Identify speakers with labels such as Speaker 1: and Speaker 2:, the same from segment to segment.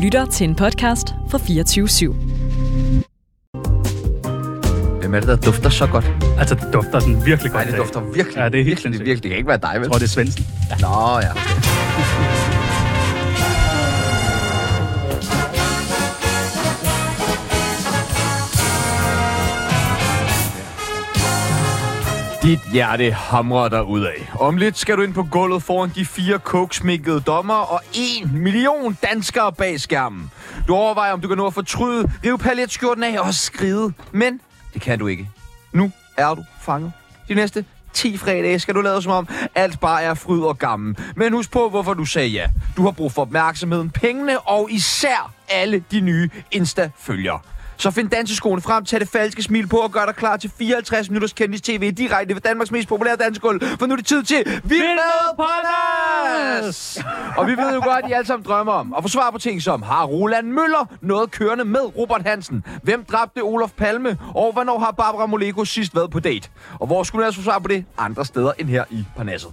Speaker 1: lytter til en podcast fra 24 /7.
Speaker 2: Hvem er det, der dufter så godt?
Speaker 3: Altså, det dufter sådan virkelig godt.
Speaker 2: Nej, det
Speaker 3: af.
Speaker 2: dufter virkelig,
Speaker 3: Ja, det er helt
Speaker 2: virkelig,
Speaker 3: sindssygt.
Speaker 2: virkelig. Det kan ikke være dig, vel?
Speaker 3: Jeg tror, det er Svendsen.
Speaker 2: Nå, ja.
Speaker 4: Dit hjerte hamrer dig ud af. Om lidt skal du ind på gulvet foran de fire koksmikkede dommer og en million danskere bag skærmen. Du overvejer, om du kan nå at fortryde, rive paljetskjorten af og skride. Men det kan du ikke. Nu er du fanget. De næste 10 fredage skal du lade som om alt bare er fryd og gammel. Men husk på, hvorfor du sagde ja. Du har brug for opmærksomheden, pengene og især alle de nye Insta-følgere. Så find danseskoene frem, tag det falske smil på og gør dig klar til 54 minutters kendis TV direkte fra Danmarks mest populære dansegulv. For nu er det tid til Vild med Ponas! Og vi ved jo godt, at I alle sammen drømmer om at få svar på ting som, har Roland Møller noget kørende med Robert Hansen? Hvem dræbte Olof Palme? Og hvornår har Barbara Moleko sidst været på date? Og hvor skulle jeg altså få svar på det? Andre steder end her i Parnasset.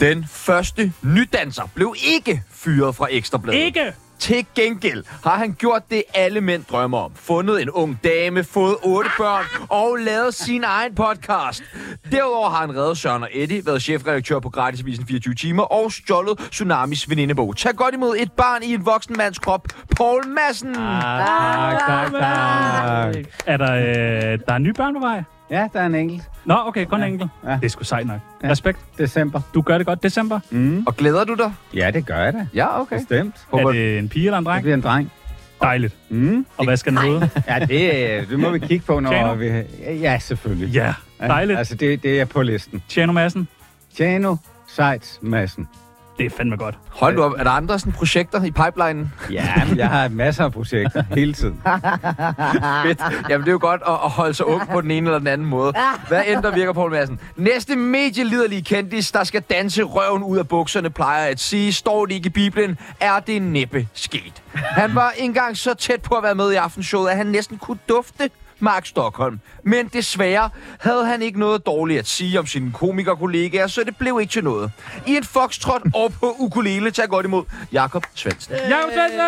Speaker 4: Den første nydanser blev ikke fyret fra Ekstrabladet.
Speaker 3: Ikke!
Speaker 4: Til gengæld har han gjort det, alle mænd drømmer om. Fundet en ung dame, fået otte børn og lavet sin egen podcast. Derudover har han reddet Søren og Eddie, været chefredaktør på Gratisavisen 24 timer og stjålet Tsunamis venindebog. Tag godt imod et barn i en voksen mands krop. Poul Madsen!
Speaker 5: Ah.
Speaker 3: Tak, tak, tak. Er der, øh, der er nye børn på vej?
Speaker 5: Ja, der er en enkelt.
Speaker 3: Nå, okay, kun ja. enkelt. Ja.
Speaker 5: Ja.
Speaker 3: Det er sgu sejt nok. Ja.
Speaker 5: Ja.
Speaker 3: Respekt.
Speaker 5: December.
Speaker 3: Du gør det godt. December.
Speaker 5: Mm.
Speaker 4: Og glæder du dig?
Speaker 5: Ja, det gør jeg da.
Speaker 4: Ja, okay.
Speaker 5: Bestemt.
Speaker 3: Er
Speaker 4: Håber,
Speaker 3: det en pige eller en
Speaker 5: Det
Speaker 3: dreng?
Speaker 5: bliver en dreng.
Speaker 3: Dejligt.
Speaker 5: Mm.
Speaker 3: Og hvad skal den hedde?
Speaker 5: Ja, det, øh, det må vi kigge på,
Speaker 3: Tjano?
Speaker 5: når vi... Ja, selvfølgelig.
Speaker 3: Ja, dejligt.
Speaker 5: Altså, det, det er på listen.
Speaker 3: Tjano Madsen.
Speaker 5: Tjano Seitz Madsen.
Speaker 3: Det er fandme godt.
Speaker 4: hold nu op. Er der andre sådan projekter i pipelinen?
Speaker 5: Ja, men jeg har masser af projekter hele tiden.
Speaker 4: Fedt. Jamen, det er jo godt at, at holde sig ung på den ene eller den anden måde. Hvad end der virker, Poul Madsen? Næste medieliderlige kendis, der skal danse røven ud af bukserne, plejer at sige, står det ikke i Bibelen, er det næppe sket. Han var engang så tæt på at være med i aftenshowet, at han næsten kunne dufte Mark Stockholm. Men desværre havde han ikke noget dårligt at sige om sine komikerkollegaer, så det blev ikke til noget. I en foxtrot og på ukulele tager godt imod Jakob Svendsen.
Speaker 3: Jakob Svendsen!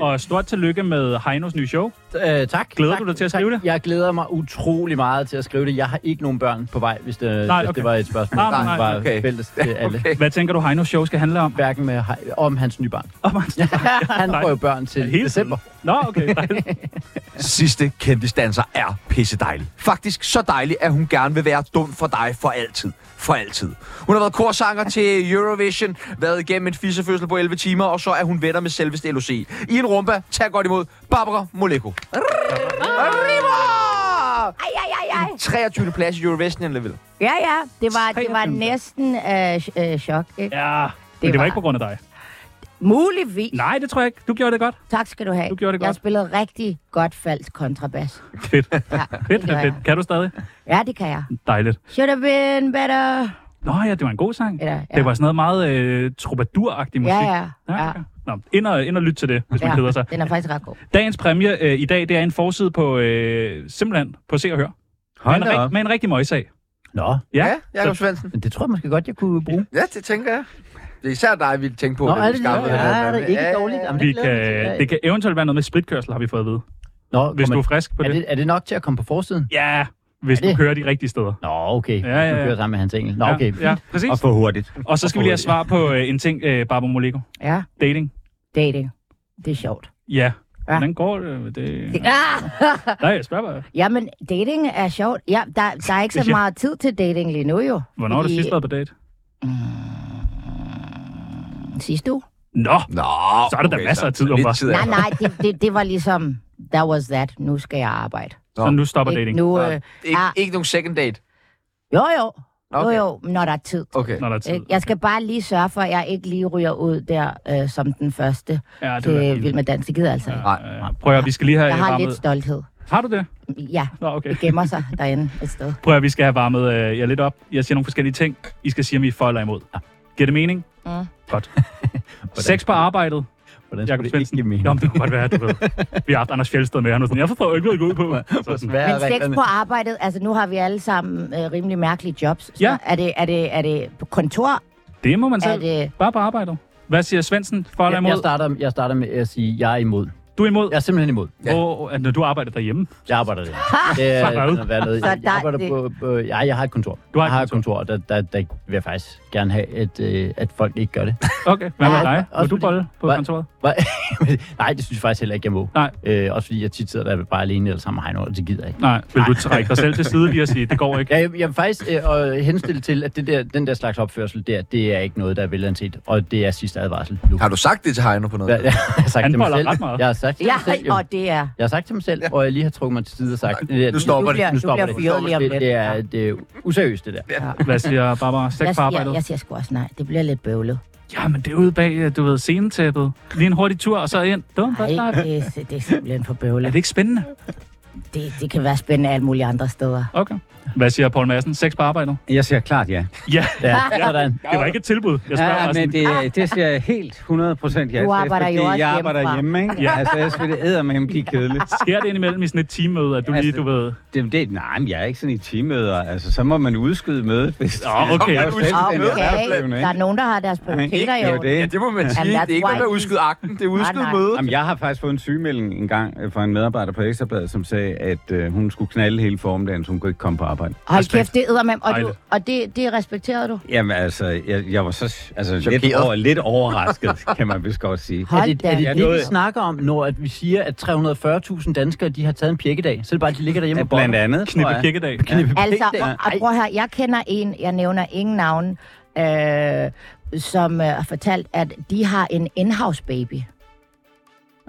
Speaker 3: Og stort tillykke med Heinos nye show.
Speaker 6: Øh, tak.
Speaker 3: Glæder
Speaker 6: tak,
Speaker 3: du dig til at skrive
Speaker 6: tak.
Speaker 3: det?
Speaker 6: Jeg glæder mig utrolig meget til at skrive det. Jeg har ikke nogen børn på vej, hvis det,
Speaker 3: Nej,
Speaker 6: nej, hvis
Speaker 3: okay.
Speaker 6: det var et spørgsmål.
Speaker 3: Nej, nej,
Speaker 6: Det
Speaker 3: nej,
Speaker 6: var
Speaker 4: okay.
Speaker 6: fælles til alle. Okay.
Speaker 3: Hvad tænker du, Heinos show skal handle om?
Speaker 6: Hverken med, hej- om hans nye barn.
Speaker 3: Om hans-
Speaker 6: Han
Speaker 3: Nej.
Speaker 6: får jo børn til
Speaker 3: Hele
Speaker 6: december.
Speaker 3: tiden. Nå, okay. dejligt.
Speaker 4: sidste kendtisdanser er pissedejlig. Faktisk så dejlig, at hun gerne vil være dum for dig for altid. For altid. Hun har været korsanger til Eurovision, været igennem en fissefødsel på 11 timer, og så er hun venner med selveste LOC. I en rumba, tag godt imod Barbara Moleko. Arriba!
Speaker 7: Ej, ej, ej, ej.
Speaker 4: 23. plads i Eurovision level.
Speaker 7: Ja, ja. Det var, det var
Speaker 3: 23.
Speaker 7: næsten øh, ch- øh, chok. Ikke? Ja.
Speaker 3: Ja, men det var
Speaker 7: var-
Speaker 3: ikke på grund af dig.
Speaker 7: Muligvis.
Speaker 3: Nej, det tror jeg ikke. Du gjorde det godt.
Speaker 7: Tak skal du have.
Speaker 3: Du gjorde det
Speaker 7: Jeg
Speaker 3: godt.
Speaker 7: spillede rigtig godt falsk kontrabas.
Speaker 3: Fedt.
Speaker 7: Ja,
Speaker 3: Fedt,
Speaker 7: det gør
Speaker 3: fedt.
Speaker 7: jeg.
Speaker 3: Kan du stadig?
Speaker 7: Ja, det kan jeg.
Speaker 3: Dejligt.
Speaker 7: Should have been better.
Speaker 3: Nå ja, det var en god sang.
Speaker 7: Eller, ja.
Speaker 3: Det var sådan noget meget øh, troubadour-agtig musik.
Speaker 7: Ja, ja,
Speaker 3: ja.
Speaker 7: ja.
Speaker 3: okay. Nå, ind og, ind og lyt til det, hvis man keder sig.
Speaker 7: den er faktisk ret god.
Speaker 3: Dagens præmie øh, i dag, det er en forside på, øh, simpelthen på Se og Hør.
Speaker 5: Hold
Speaker 3: med,
Speaker 5: da
Speaker 3: en, rig-
Speaker 5: op.
Speaker 3: med en rigtig møjsag.
Speaker 6: Nå,
Speaker 3: Ja.
Speaker 4: Ja, Jakob Svendsen.
Speaker 6: men det tror jeg måske godt, jeg kunne bruge.
Speaker 4: Ja, det tænker jeg. Det er især dig, vi tænker på.
Speaker 6: Nå,
Speaker 4: da vi
Speaker 6: er det,
Speaker 4: skaffede
Speaker 6: ja,
Speaker 4: den her
Speaker 6: er det
Speaker 4: mand.
Speaker 6: ikke
Speaker 4: Ja,
Speaker 6: dårligt? Jamen,
Speaker 3: Vi
Speaker 6: det glæder jeg mig
Speaker 3: kan,
Speaker 6: til.
Speaker 3: det kan eventuelt være noget med spritkørsel, har vi fået at vide.
Speaker 6: Nå,
Speaker 3: Hvis
Speaker 6: kommer-
Speaker 3: du er frisk på
Speaker 6: er
Speaker 3: det.
Speaker 6: det, er det nok til at komme på forsiden?
Speaker 3: Ja, hvis
Speaker 6: Er det-
Speaker 3: du kører de rigtige steder.
Speaker 6: Nå, okay.
Speaker 3: Ja, ja,
Speaker 6: Du
Speaker 3: ja.
Speaker 6: kører sammen med hans engel. Nå,
Speaker 3: Ja,
Speaker 6: okay.
Speaker 3: Ja,
Speaker 6: fint.
Speaker 3: præcis.
Speaker 5: Og for hurtigt.
Speaker 3: Og så skal vi lige have svar på øh, en ting, øh, Barbara Moleko.
Speaker 7: Ja,
Speaker 3: Dating.
Speaker 7: dating. Det er sjovt.
Speaker 3: Ja.
Speaker 7: Ja.
Speaker 3: Hvordan går det? med det...
Speaker 7: Ah!
Speaker 3: Nej, jeg spørger bare.
Speaker 7: Jamen, dating er sjovt. Ja, der, der er ikke
Speaker 3: Det
Speaker 7: så
Speaker 3: siger-
Speaker 7: meget tid til dating lige nu, jo.
Speaker 3: Hvornår har du
Speaker 7: Fordi-
Speaker 3: sidst været på date?
Speaker 7: Sidste uge?
Speaker 3: Nå,
Speaker 4: Nå,
Speaker 3: Så er der da
Speaker 4: okay,
Speaker 3: masser af tid,
Speaker 4: lidt
Speaker 3: åbenbart.
Speaker 4: tid er
Speaker 7: Nej,
Speaker 4: der.
Speaker 7: nej, det, det, det var ligesom, that was that. Nu skal jeg arbejde.
Speaker 3: så nu stopper dating.
Speaker 7: Nu,
Speaker 4: Nå,
Speaker 7: øh,
Speaker 4: Ikke,
Speaker 7: Ja.
Speaker 4: ikke nogen second date.
Speaker 7: jo, jo. Jo,
Speaker 4: Okay.
Speaker 7: jo, når der er tid.
Speaker 4: Okay.
Speaker 3: Når der er tid.
Speaker 7: Ikke? Øh, Jeg skal bare lige sørge for, at jeg ikke lige ryger ud der øh, som den første.
Speaker 3: Ja, det
Speaker 7: Det
Speaker 3: vil være
Speaker 7: øh,
Speaker 3: fint.
Speaker 7: vild med dans. Det gider jeg altså ikke.
Speaker 4: Nej.
Speaker 3: Øh, Prøv at høre, vi skal lige have
Speaker 7: Jeg har
Speaker 3: varmet.
Speaker 7: lidt stolthed.
Speaker 3: Har du det?
Speaker 7: Ja,
Speaker 3: Nå, okay.
Speaker 7: det gemmer sig derinde et sted.
Speaker 3: Prøv at høre, vi skal have varmet øh, jer lidt op. Jeg siger nogle forskellige ting. I skal sige, om I er for eller imod. Giver det mening?
Speaker 7: Mm.
Speaker 3: Godt. Sex på arbejdet.
Speaker 5: Hvordan
Speaker 3: Jakob
Speaker 5: skulle det
Speaker 3: Svendsen.
Speaker 5: ikke give mening?
Speaker 3: Jamen, det kunne godt være, du ved. Vi har haft Anders Fjeldsted med. Han var sådan, jeg forstår ikke, hvad det går ud på. Sådan.
Speaker 5: Svære
Speaker 7: Men sex
Speaker 5: reglerne.
Speaker 7: på arbejdet, altså nu har vi alle sammen øh, rimelig mærkelige jobs. Så
Speaker 3: Ja.
Speaker 7: Er, det, er, det, er det på kontor?
Speaker 3: Det må man
Speaker 7: Er
Speaker 3: selv.
Speaker 7: det,
Speaker 3: Bare på arbejdet. Hvad siger Svendsen for eller
Speaker 6: Jeg, jeg,
Speaker 3: imod?
Speaker 6: starter, jeg starter med at sige, at jeg er imod.
Speaker 3: Du er imod,
Speaker 6: Jeg er simpelthen imod.
Speaker 3: ja. og, at når du arbejder derhjemme.
Speaker 6: Jeg arbejder der. Det er
Speaker 3: Fuck ud.
Speaker 6: sådan at være noget.
Speaker 7: Så
Speaker 6: Jeg,
Speaker 7: der-
Speaker 6: jeg arbejder
Speaker 7: det-
Speaker 6: på, på... Ja, jeg har et kontor.
Speaker 3: Du har et
Speaker 6: jeg har et kontor, og der, der, der vil jeg faktisk gerne have, at, øh, at folk ikke gør det.
Speaker 3: Okay, hvad med
Speaker 6: Ja,
Speaker 3: dig?
Speaker 6: også
Speaker 3: Vil du
Speaker 6: fordi-
Speaker 3: bolle på
Speaker 6: Hvad?
Speaker 3: kontoret?
Speaker 6: Nej, det synes jeg faktisk heller ikke, jeg må.
Speaker 3: Nej.
Speaker 6: Øh, også fordi jeg tit sidder der bare alene eller sammen med Heino, og det gider jeg ikke.
Speaker 3: Nej, vil du trække dig selv til side lige og sige, det går ikke?
Speaker 6: Ja, jeg, jeg vil faktisk øh, og henstille til, at det der, den der slags opførsel der, det er ikke noget, der er velanset, og det er sidste advarsel nu.
Speaker 8: Har du sagt det til Heino på noget?
Speaker 6: Jeg, jeg har sagt
Speaker 3: Han
Speaker 6: til mig
Speaker 3: boller
Speaker 6: selv.
Speaker 3: ret meget.
Speaker 6: Jeg har sagt til
Speaker 7: Ja,
Speaker 6: mig selv, jo.
Speaker 7: og det er...
Speaker 6: Jeg har sagt til mig selv, og jeg lige har trukket mig til side og sagt, det der,
Speaker 8: nu stopper
Speaker 7: du
Speaker 8: det.
Speaker 7: bliver,
Speaker 6: Nu
Speaker 7: du
Speaker 6: stopper
Speaker 7: bliver
Speaker 6: det.
Speaker 7: fyret lige om
Speaker 6: det,
Speaker 7: lidt.
Speaker 6: det, er, det er useriøst, det der.
Speaker 3: Hvad siger Barbara? Stik
Speaker 7: Jeg
Speaker 3: på
Speaker 7: siger,
Speaker 3: arbejdet?
Speaker 7: jeg siger sgu også nej. Det bliver lidt bøvlet.
Speaker 3: Jamen, det er ude bag, øh, du ved, scenetæppet. Lige en hurtig tur, og så ind. Det var en godt
Speaker 7: Nej,
Speaker 3: snak.
Speaker 7: det, er- det er simpelthen for
Speaker 3: Er
Speaker 7: bøvlet.
Speaker 3: det ikke spændende?
Speaker 7: Det, det kan være spændende alle mulige andre steder.
Speaker 3: Okay. Hvad siger Paul Madsen? Sex på arbejdet?
Speaker 5: Jeg siger klart ja.
Speaker 3: Ja,
Speaker 6: Ja, sådan.
Speaker 3: det var ikke et tilbud. Jeg spørger
Speaker 5: Ja,
Speaker 3: bare
Speaker 5: men
Speaker 3: sådan,
Speaker 5: det, øh, det siger jeg helt 100% ja til,
Speaker 7: Du arbejder
Speaker 5: fordi
Speaker 7: jo også
Speaker 5: jeg arbejder
Speaker 7: hjemmefra.
Speaker 5: hjemme, ikke?
Speaker 3: Ja.
Speaker 5: Ja. Altså, ellers vil det ædermame blive kedeligt.
Speaker 3: sker det indimellem i sådan et teammøde, at du
Speaker 5: Altså-
Speaker 3: lige, du ved...
Speaker 5: Det, det, nej, men jeg er ikke sådan i teammøder. Altså, så må man udskyde mødet, hvis...
Speaker 3: Nå, okay.
Speaker 5: Jeg er jo selvstændig
Speaker 7: Okay,
Speaker 5: erhvervsdrivende,
Speaker 7: der er
Speaker 5: ikke?
Speaker 7: nogen, der har deres prioriteter
Speaker 5: Det er
Speaker 7: jo.
Speaker 5: jo det.
Speaker 8: Ja, det må man sige.
Speaker 7: Jamen,
Speaker 8: det
Speaker 7: that's
Speaker 8: er ikke noget
Speaker 7: why
Speaker 8: med at udskyde akten, det er udskyde
Speaker 7: Nej, nej.
Speaker 8: mødet.
Speaker 5: Jamen, jeg har faktisk fået en sygemelding en gang øh, fra en medarbejder på Ekstrabladet, som sagde, at øh, hun skulle knalde hele formiddagen, så hun kunne ikke komme på arbejde.
Speaker 7: Hold
Speaker 3: Respekt.
Speaker 7: kæft, det æder med. Og,
Speaker 3: Ej,
Speaker 7: du,
Speaker 3: det-
Speaker 7: og det, det respekterede du.
Speaker 5: Jamen, altså, jeg, jeg var så altså, lidt,
Speaker 8: Chokeret.
Speaker 5: over, lidt overrasket, kan man vist godt sige.
Speaker 6: Er
Speaker 7: Hold
Speaker 6: det, er
Speaker 7: da.
Speaker 6: det
Speaker 5: Jeg
Speaker 6: det, vi
Speaker 5: nåede-
Speaker 6: snakker om, når at vi siger, at 340.000 danskere de har taget en pirkedag? Så er det bare, at de ligger derhjemme
Speaker 5: Ja,
Speaker 6: og boller.
Speaker 5: blandt andet, tror
Speaker 3: Knippe
Speaker 5: jeg.
Speaker 3: kirkedag.
Speaker 7: Altså,
Speaker 6: Ikke det.
Speaker 7: og, og
Speaker 6: Ej.
Speaker 7: prøv her, jeg kender en, jeg nævner ingen navn, øh, som øh, har fortalt, at de har en in-house baby.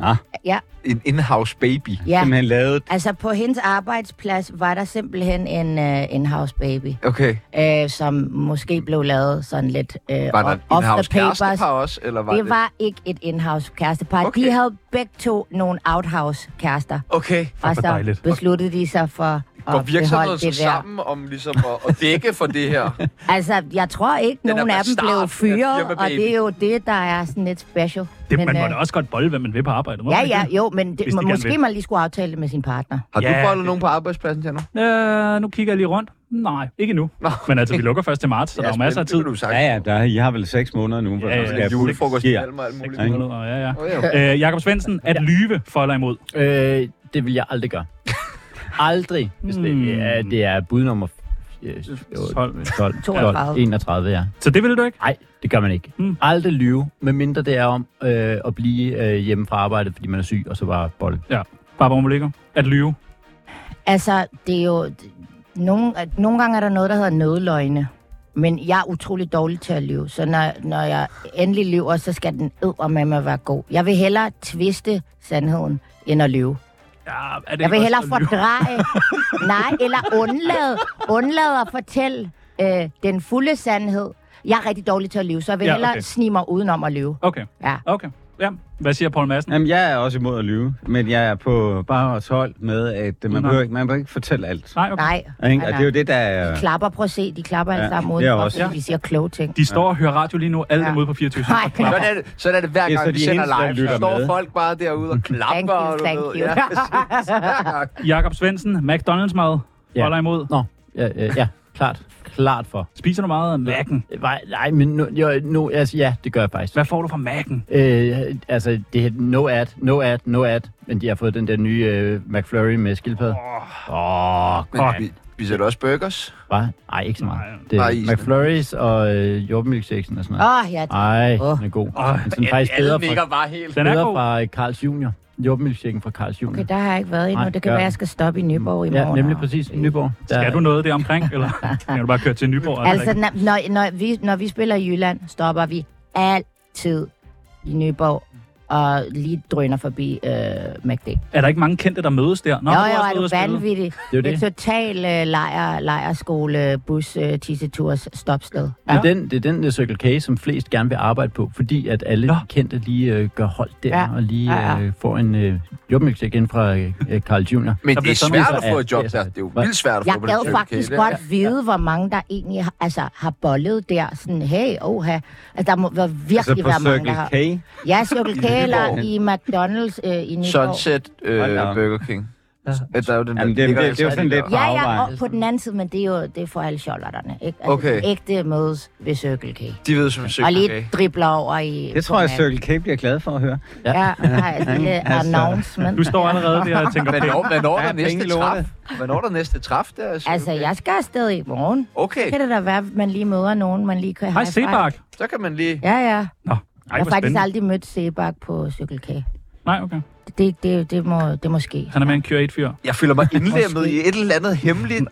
Speaker 5: Ah.
Speaker 7: Ja,
Speaker 8: En in-house baby.
Speaker 7: ja.
Speaker 5: Som han lavede.
Speaker 7: Altså, på hendes arbejdsplads var der simpelthen en øh, in-house baby,
Speaker 8: Okay.
Speaker 7: øh, som måske blev lavet sådan lidt øh,
Speaker 8: Var der
Speaker 7: off
Speaker 8: et
Speaker 7: off
Speaker 8: in-house
Speaker 7: the papers.
Speaker 8: kærestepar også? Eller var det,
Speaker 7: Det var ikke et in-house kærestepar. Okay.
Speaker 8: Okay.
Speaker 7: De havde begge to nogle outhouse kærester.
Speaker 8: Okay.
Speaker 7: Og
Speaker 3: hvor
Speaker 7: så
Speaker 3: dejligt.
Speaker 7: besluttede de sig for
Speaker 8: Går
Speaker 7: at beholde
Speaker 8: virksomheden
Speaker 7: det
Speaker 8: så
Speaker 7: der.
Speaker 8: sammen om ligesom at, at dække for det her?
Speaker 7: Altså, jeg tror ikke,
Speaker 8: Den er
Speaker 7: nogen af dem
Speaker 8: bastard, den er
Speaker 7: blev fyret,
Speaker 8: firmababy.
Speaker 7: og det er jo det, der er sådan lidt special.
Speaker 3: Det, man må
Speaker 7: øh,
Speaker 3: da også godt bolle, hvad man vil på arbejdet. må
Speaker 7: Ja,
Speaker 3: man ikke
Speaker 7: ja, jo, men
Speaker 3: Hvis
Speaker 7: det,
Speaker 3: de
Speaker 7: må,
Speaker 3: gerne
Speaker 7: måske
Speaker 3: vil.
Speaker 7: man lige skulle aftale det med sin partner.
Speaker 8: Har du
Speaker 3: Ja,
Speaker 8: boldet
Speaker 3: det-
Speaker 8: nogen på arbejdspladsen, Tjerno?
Speaker 3: Øh, nu kigger jeg lige rundt. Nej, ikke nu.
Speaker 8: Nå.
Speaker 3: Men altså, vi lukker først til marts, så der er jo masser af tid.
Speaker 8: Du sagt.
Speaker 5: Ja, ja, der, I har vel seks måneder nu, hvor
Speaker 3: Ja,
Speaker 5: ja,
Speaker 3: ja,
Speaker 5: ja, skal
Speaker 8: Julefrokost
Speaker 5: Ja.
Speaker 8: og alt muligt.
Speaker 5: Ja.
Speaker 3: Ja, ja.
Speaker 8: Åh, ja.
Speaker 3: Øh, Jakob Svendsen, at lyve for eller imod?
Speaker 6: Øh, det vil jeg aldrig gøre. aldrig. Hvis
Speaker 3: Hmm.
Speaker 6: det, ja, det er bud nummer øh,
Speaker 3: 12.
Speaker 6: 12,
Speaker 7: 32.
Speaker 6: 31, ja.
Speaker 3: Så det ville du ikke?
Speaker 6: Nej, det gør man ikke.
Speaker 3: Hmm.
Speaker 6: Aldrig lyve, medmindre det er om øh, at blive øh, hjemme fra arbejde, fordi man er syg, og så bare bolle.
Speaker 3: Barbara Molekker, at lyve.
Speaker 7: Altså, det er jo... Nogle, at nogle gange er der noget, der hedder nødløgne. Men jeg er utrolig dårlig til at lyve, så når, når jeg endelig lyver, så skal den med mig være god. Jeg vil hellere tviste sandheden, end at lyve.
Speaker 3: Ja, er det
Speaker 7: Jeg
Speaker 3: ikke
Speaker 7: vil
Speaker 3: også
Speaker 7: hellere
Speaker 3: at lyve?
Speaker 7: fordreje, nej, eller undlade, undlade at fortælle øh, den fulde sandhed. Jeg er rigtig dårlig til at lyve, så jeg vil
Speaker 3: Ja,
Speaker 7: ja, hellere
Speaker 3: okay.
Speaker 7: okay. snige mig udenom at lyve.
Speaker 3: Okay,
Speaker 7: Ja.
Speaker 3: okay. Ja. Hvad siger Paul Madsen?
Speaker 5: Jamen, jeg er også imod at lyve, men jeg er på bare hold med, at øh,
Speaker 3: Nå.
Speaker 5: man, behøver, ikke- man behøver ikke fortælle alt.
Speaker 3: Nej, okay.
Speaker 7: Nej,
Speaker 5: Ikke? Og det er jo det, der
Speaker 7: De
Speaker 5: er... altså,
Speaker 7: klapper, prøv at se, de klapper alle
Speaker 5: Ja,
Speaker 7: sammen
Speaker 5: det er
Speaker 7: udenfor,
Speaker 5: også-
Speaker 7: fordi de siger kloge ting.
Speaker 3: De står og hører radio lige nu, alle
Speaker 7: Ja.
Speaker 3: dem ude på 24
Speaker 7: Nej,
Speaker 8: Sådan er, det, sådan er det hver
Speaker 5: Det er
Speaker 8: gang,
Speaker 5: så
Speaker 8: vi
Speaker 5: de
Speaker 8: sender
Speaker 5: eneste, der
Speaker 8: live. Så
Speaker 5: lytter
Speaker 8: står
Speaker 5: med.
Speaker 8: folk bare derude og klapper.
Speaker 7: you,
Speaker 8: og du
Speaker 7: thank
Speaker 8: ved,
Speaker 7: you.
Speaker 8: Ja, præcis. Hver gang.
Speaker 3: Jakob Svendsen, McDonald's-mad.
Speaker 6: Ja.
Speaker 3: Ja. Holder imod.
Speaker 6: Nå, ja, øh, ja klart. Klart for.
Speaker 3: Spiser du meget af Mac'en?
Speaker 6: Øh, Nej, nej men nu, jo, nu, altså, ja, det gør jeg faktisk.
Speaker 3: Hvad får du fra Mac'en?
Speaker 6: Øh, altså, det er no ad, no ad, no ad, men de har fået den der nye øh, McFlurry med skildpadde. Åh, oh. oh,
Speaker 8: Men
Speaker 3: Fuck.
Speaker 8: vi- vi sætter også burgers.
Speaker 6: bare, ej, ikke så
Speaker 3: Nej.
Speaker 6: meget. Det er
Speaker 8: Bare isen.
Speaker 6: McFlurries og øh, jordbemilkshakesen og sådan noget.
Speaker 7: Åh, oh, ja.
Speaker 6: Ej,
Speaker 7: Åh.
Speaker 6: den er god.
Speaker 3: Åh,
Speaker 6: Oh, den er faktisk bedre fra,
Speaker 8: bare helt.
Speaker 3: Den er
Speaker 6: bedre
Speaker 3: god.
Speaker 6: fra øh, Carls Junior. Jordbemilkshaken fra Carls Junior.
Speaker 7: Okay, der har jeg ikke været endnu.
Speaker 6: Nej,
Speaker 7: det kan
Speaker 6: ja.
Speaker 7: være, jeg skal stoppe i Nyborg i
Speaker 6: ja,
Speaker 7: morgen.
Speaker 6: nemlig
Speaker 7: og-
Speaker 6: præcis. Nyborg. Der,
Speaker 3: Skal du noget der omkring, eller kan du bare køre til Nyborg?
Speaker 7: Altså, når, når, når, vi, når vi spiller i Jylland, stopper vi altid i Nyborg og lige drøner forbi øh, McD.
Speaker 3: Er der ikke mange kendte, der mødes der? Nå,
Speaker 7: jo,
Speaker 3: du
Speaker 7: jo,
Speaker 3: også
Speaker 7: er
Speaker 3: ude
Speaker 7: du
Speaker 3: at spille.
Speaker 7: vanvittig.
Speaker 6: Det er jo
Speaker 7: Det
Speaker 6: det.
Speaker 7: er total øh, lejr, lejerskole, bus, øh, tisseturs, stopsted.
Speaker 6: Det er, den, det er den der Circle K, som flest gerne vil arbejde på, fordi at alle
Speaker 3: Nå.
Speaker 6: Nå. kendte lige øh, gør hold der,
Speaker 7: Ja,
Speaker 6: ja. og lige
Speaker 7: ja, ja.
Speaker 6: øh, får en øh, jordmilkshake ind fra øh, øh, Carl Junior.
Speaker 8: Men
Speaker 3: Der
Speaker 8: det
Speaker 3: bliver
Speaker 8: er
Speaker 3: sådan
Speaker 8: svært
Speaker 6: noget,
Speaker 8: at få
Speaker 6: så-
Speaker 8: et job
Speaker 6: ja,
Speaker 8: der.
Speaker 6: det er
Speaker 8: Det er jo
Speaker 6: sådan.
Speaker 8: vildt svært at
Speaker 7: Jeg
Speaker 8: få på den
Speaker 7: gad
Speaker 8: Circle K,
Speaker 7: faktisk
Speaker 8: det er-
Speaker 7: godt vide, hvor mange der egentlig har, altså, har bollet der. Sådan, hey, oha. Altså, der må være virkelig
Speaker 5: Altså på
Speaker 7: være mange, der har...
Speaker 5: Circle K.
Speaker 7: Ja, Circle K
Speaker 8: Nyborg.
Speaker 7: eller i McDonald's øh, i Nyborg.
Speaker 8: Sunset øh,
Speaker 5: Hold da op.
Speaker 8: Burger King.
Speaker 4: At der er jo den
Speaker 5: Jamen,
Speaker 4: der,
Speaker 5: det, det,
Speaker 4: ligger
Speaker 5: det, det er jo
Speaker 4: altid
Speaker 5: sådan
Speaker 4: der.
Speaker 5: lidt på
Speaker 7: Ja, ja,
Speaker 5: afvej.
Speaker 7: og på den anden side, men det er jo det er for alle sjollerterne, ikke? Altså,
Speaker 4: Okay.
Speaker 7: Ægte mødes ved Circle K.
Speaker 4: De ved som søgt.
Speaker 7: Og lige dribler over i...
Speaker 5: Det tror jeg,
Speaker 7: på
Speaker 5: Circle K bliver glad for at høre.
Speaker 3: Øh,
Speaker 7: Mac. Ja, nej, et lille
Speaker 5: Altså,
Speaker 7: announcement.
Speaker 3: Du står allerede der og tænker,
Speaker 4: Men når,
Speaker 3: okay,
Speaker 4: hvad når der
Speaker 5: Ja, penge
Speaker 4: næste
Speaker 5: i
Speaker 4: træf?
Speaker 5: lortet.
Speaker 4: Hvad når der næste træf? Der, er
Speaker 7: Altså,
Speaker 4: okay.
Speaker 7: jeg skal afsted i morgen.
Speaker 4: Okay,
Speaker 7: Så kan det da være, at man lige møder nogen, man lige kan
Speaker 3: hej
Speaker 7: high-five.
Speaker 3: Sebak.
Speaker 4: så kan man lige...
Speaker 7: Ja, ja.
Speaker 3: Nå, ej, hvor
Speaker 7: Jeg har faktisk
Speaker 3: spændende.
Speaker 7: aldrig mødt Sebak på Circle K.
Speaker 3: Nej, okay.
Speaker 7: Det, det, det, må, det må ske.
Speaker 3: Han er med en Cure 8-4.
Speaker 4: Jeg føler mig indlemmet i et eller andet hemmeligt...
Speaker 5: En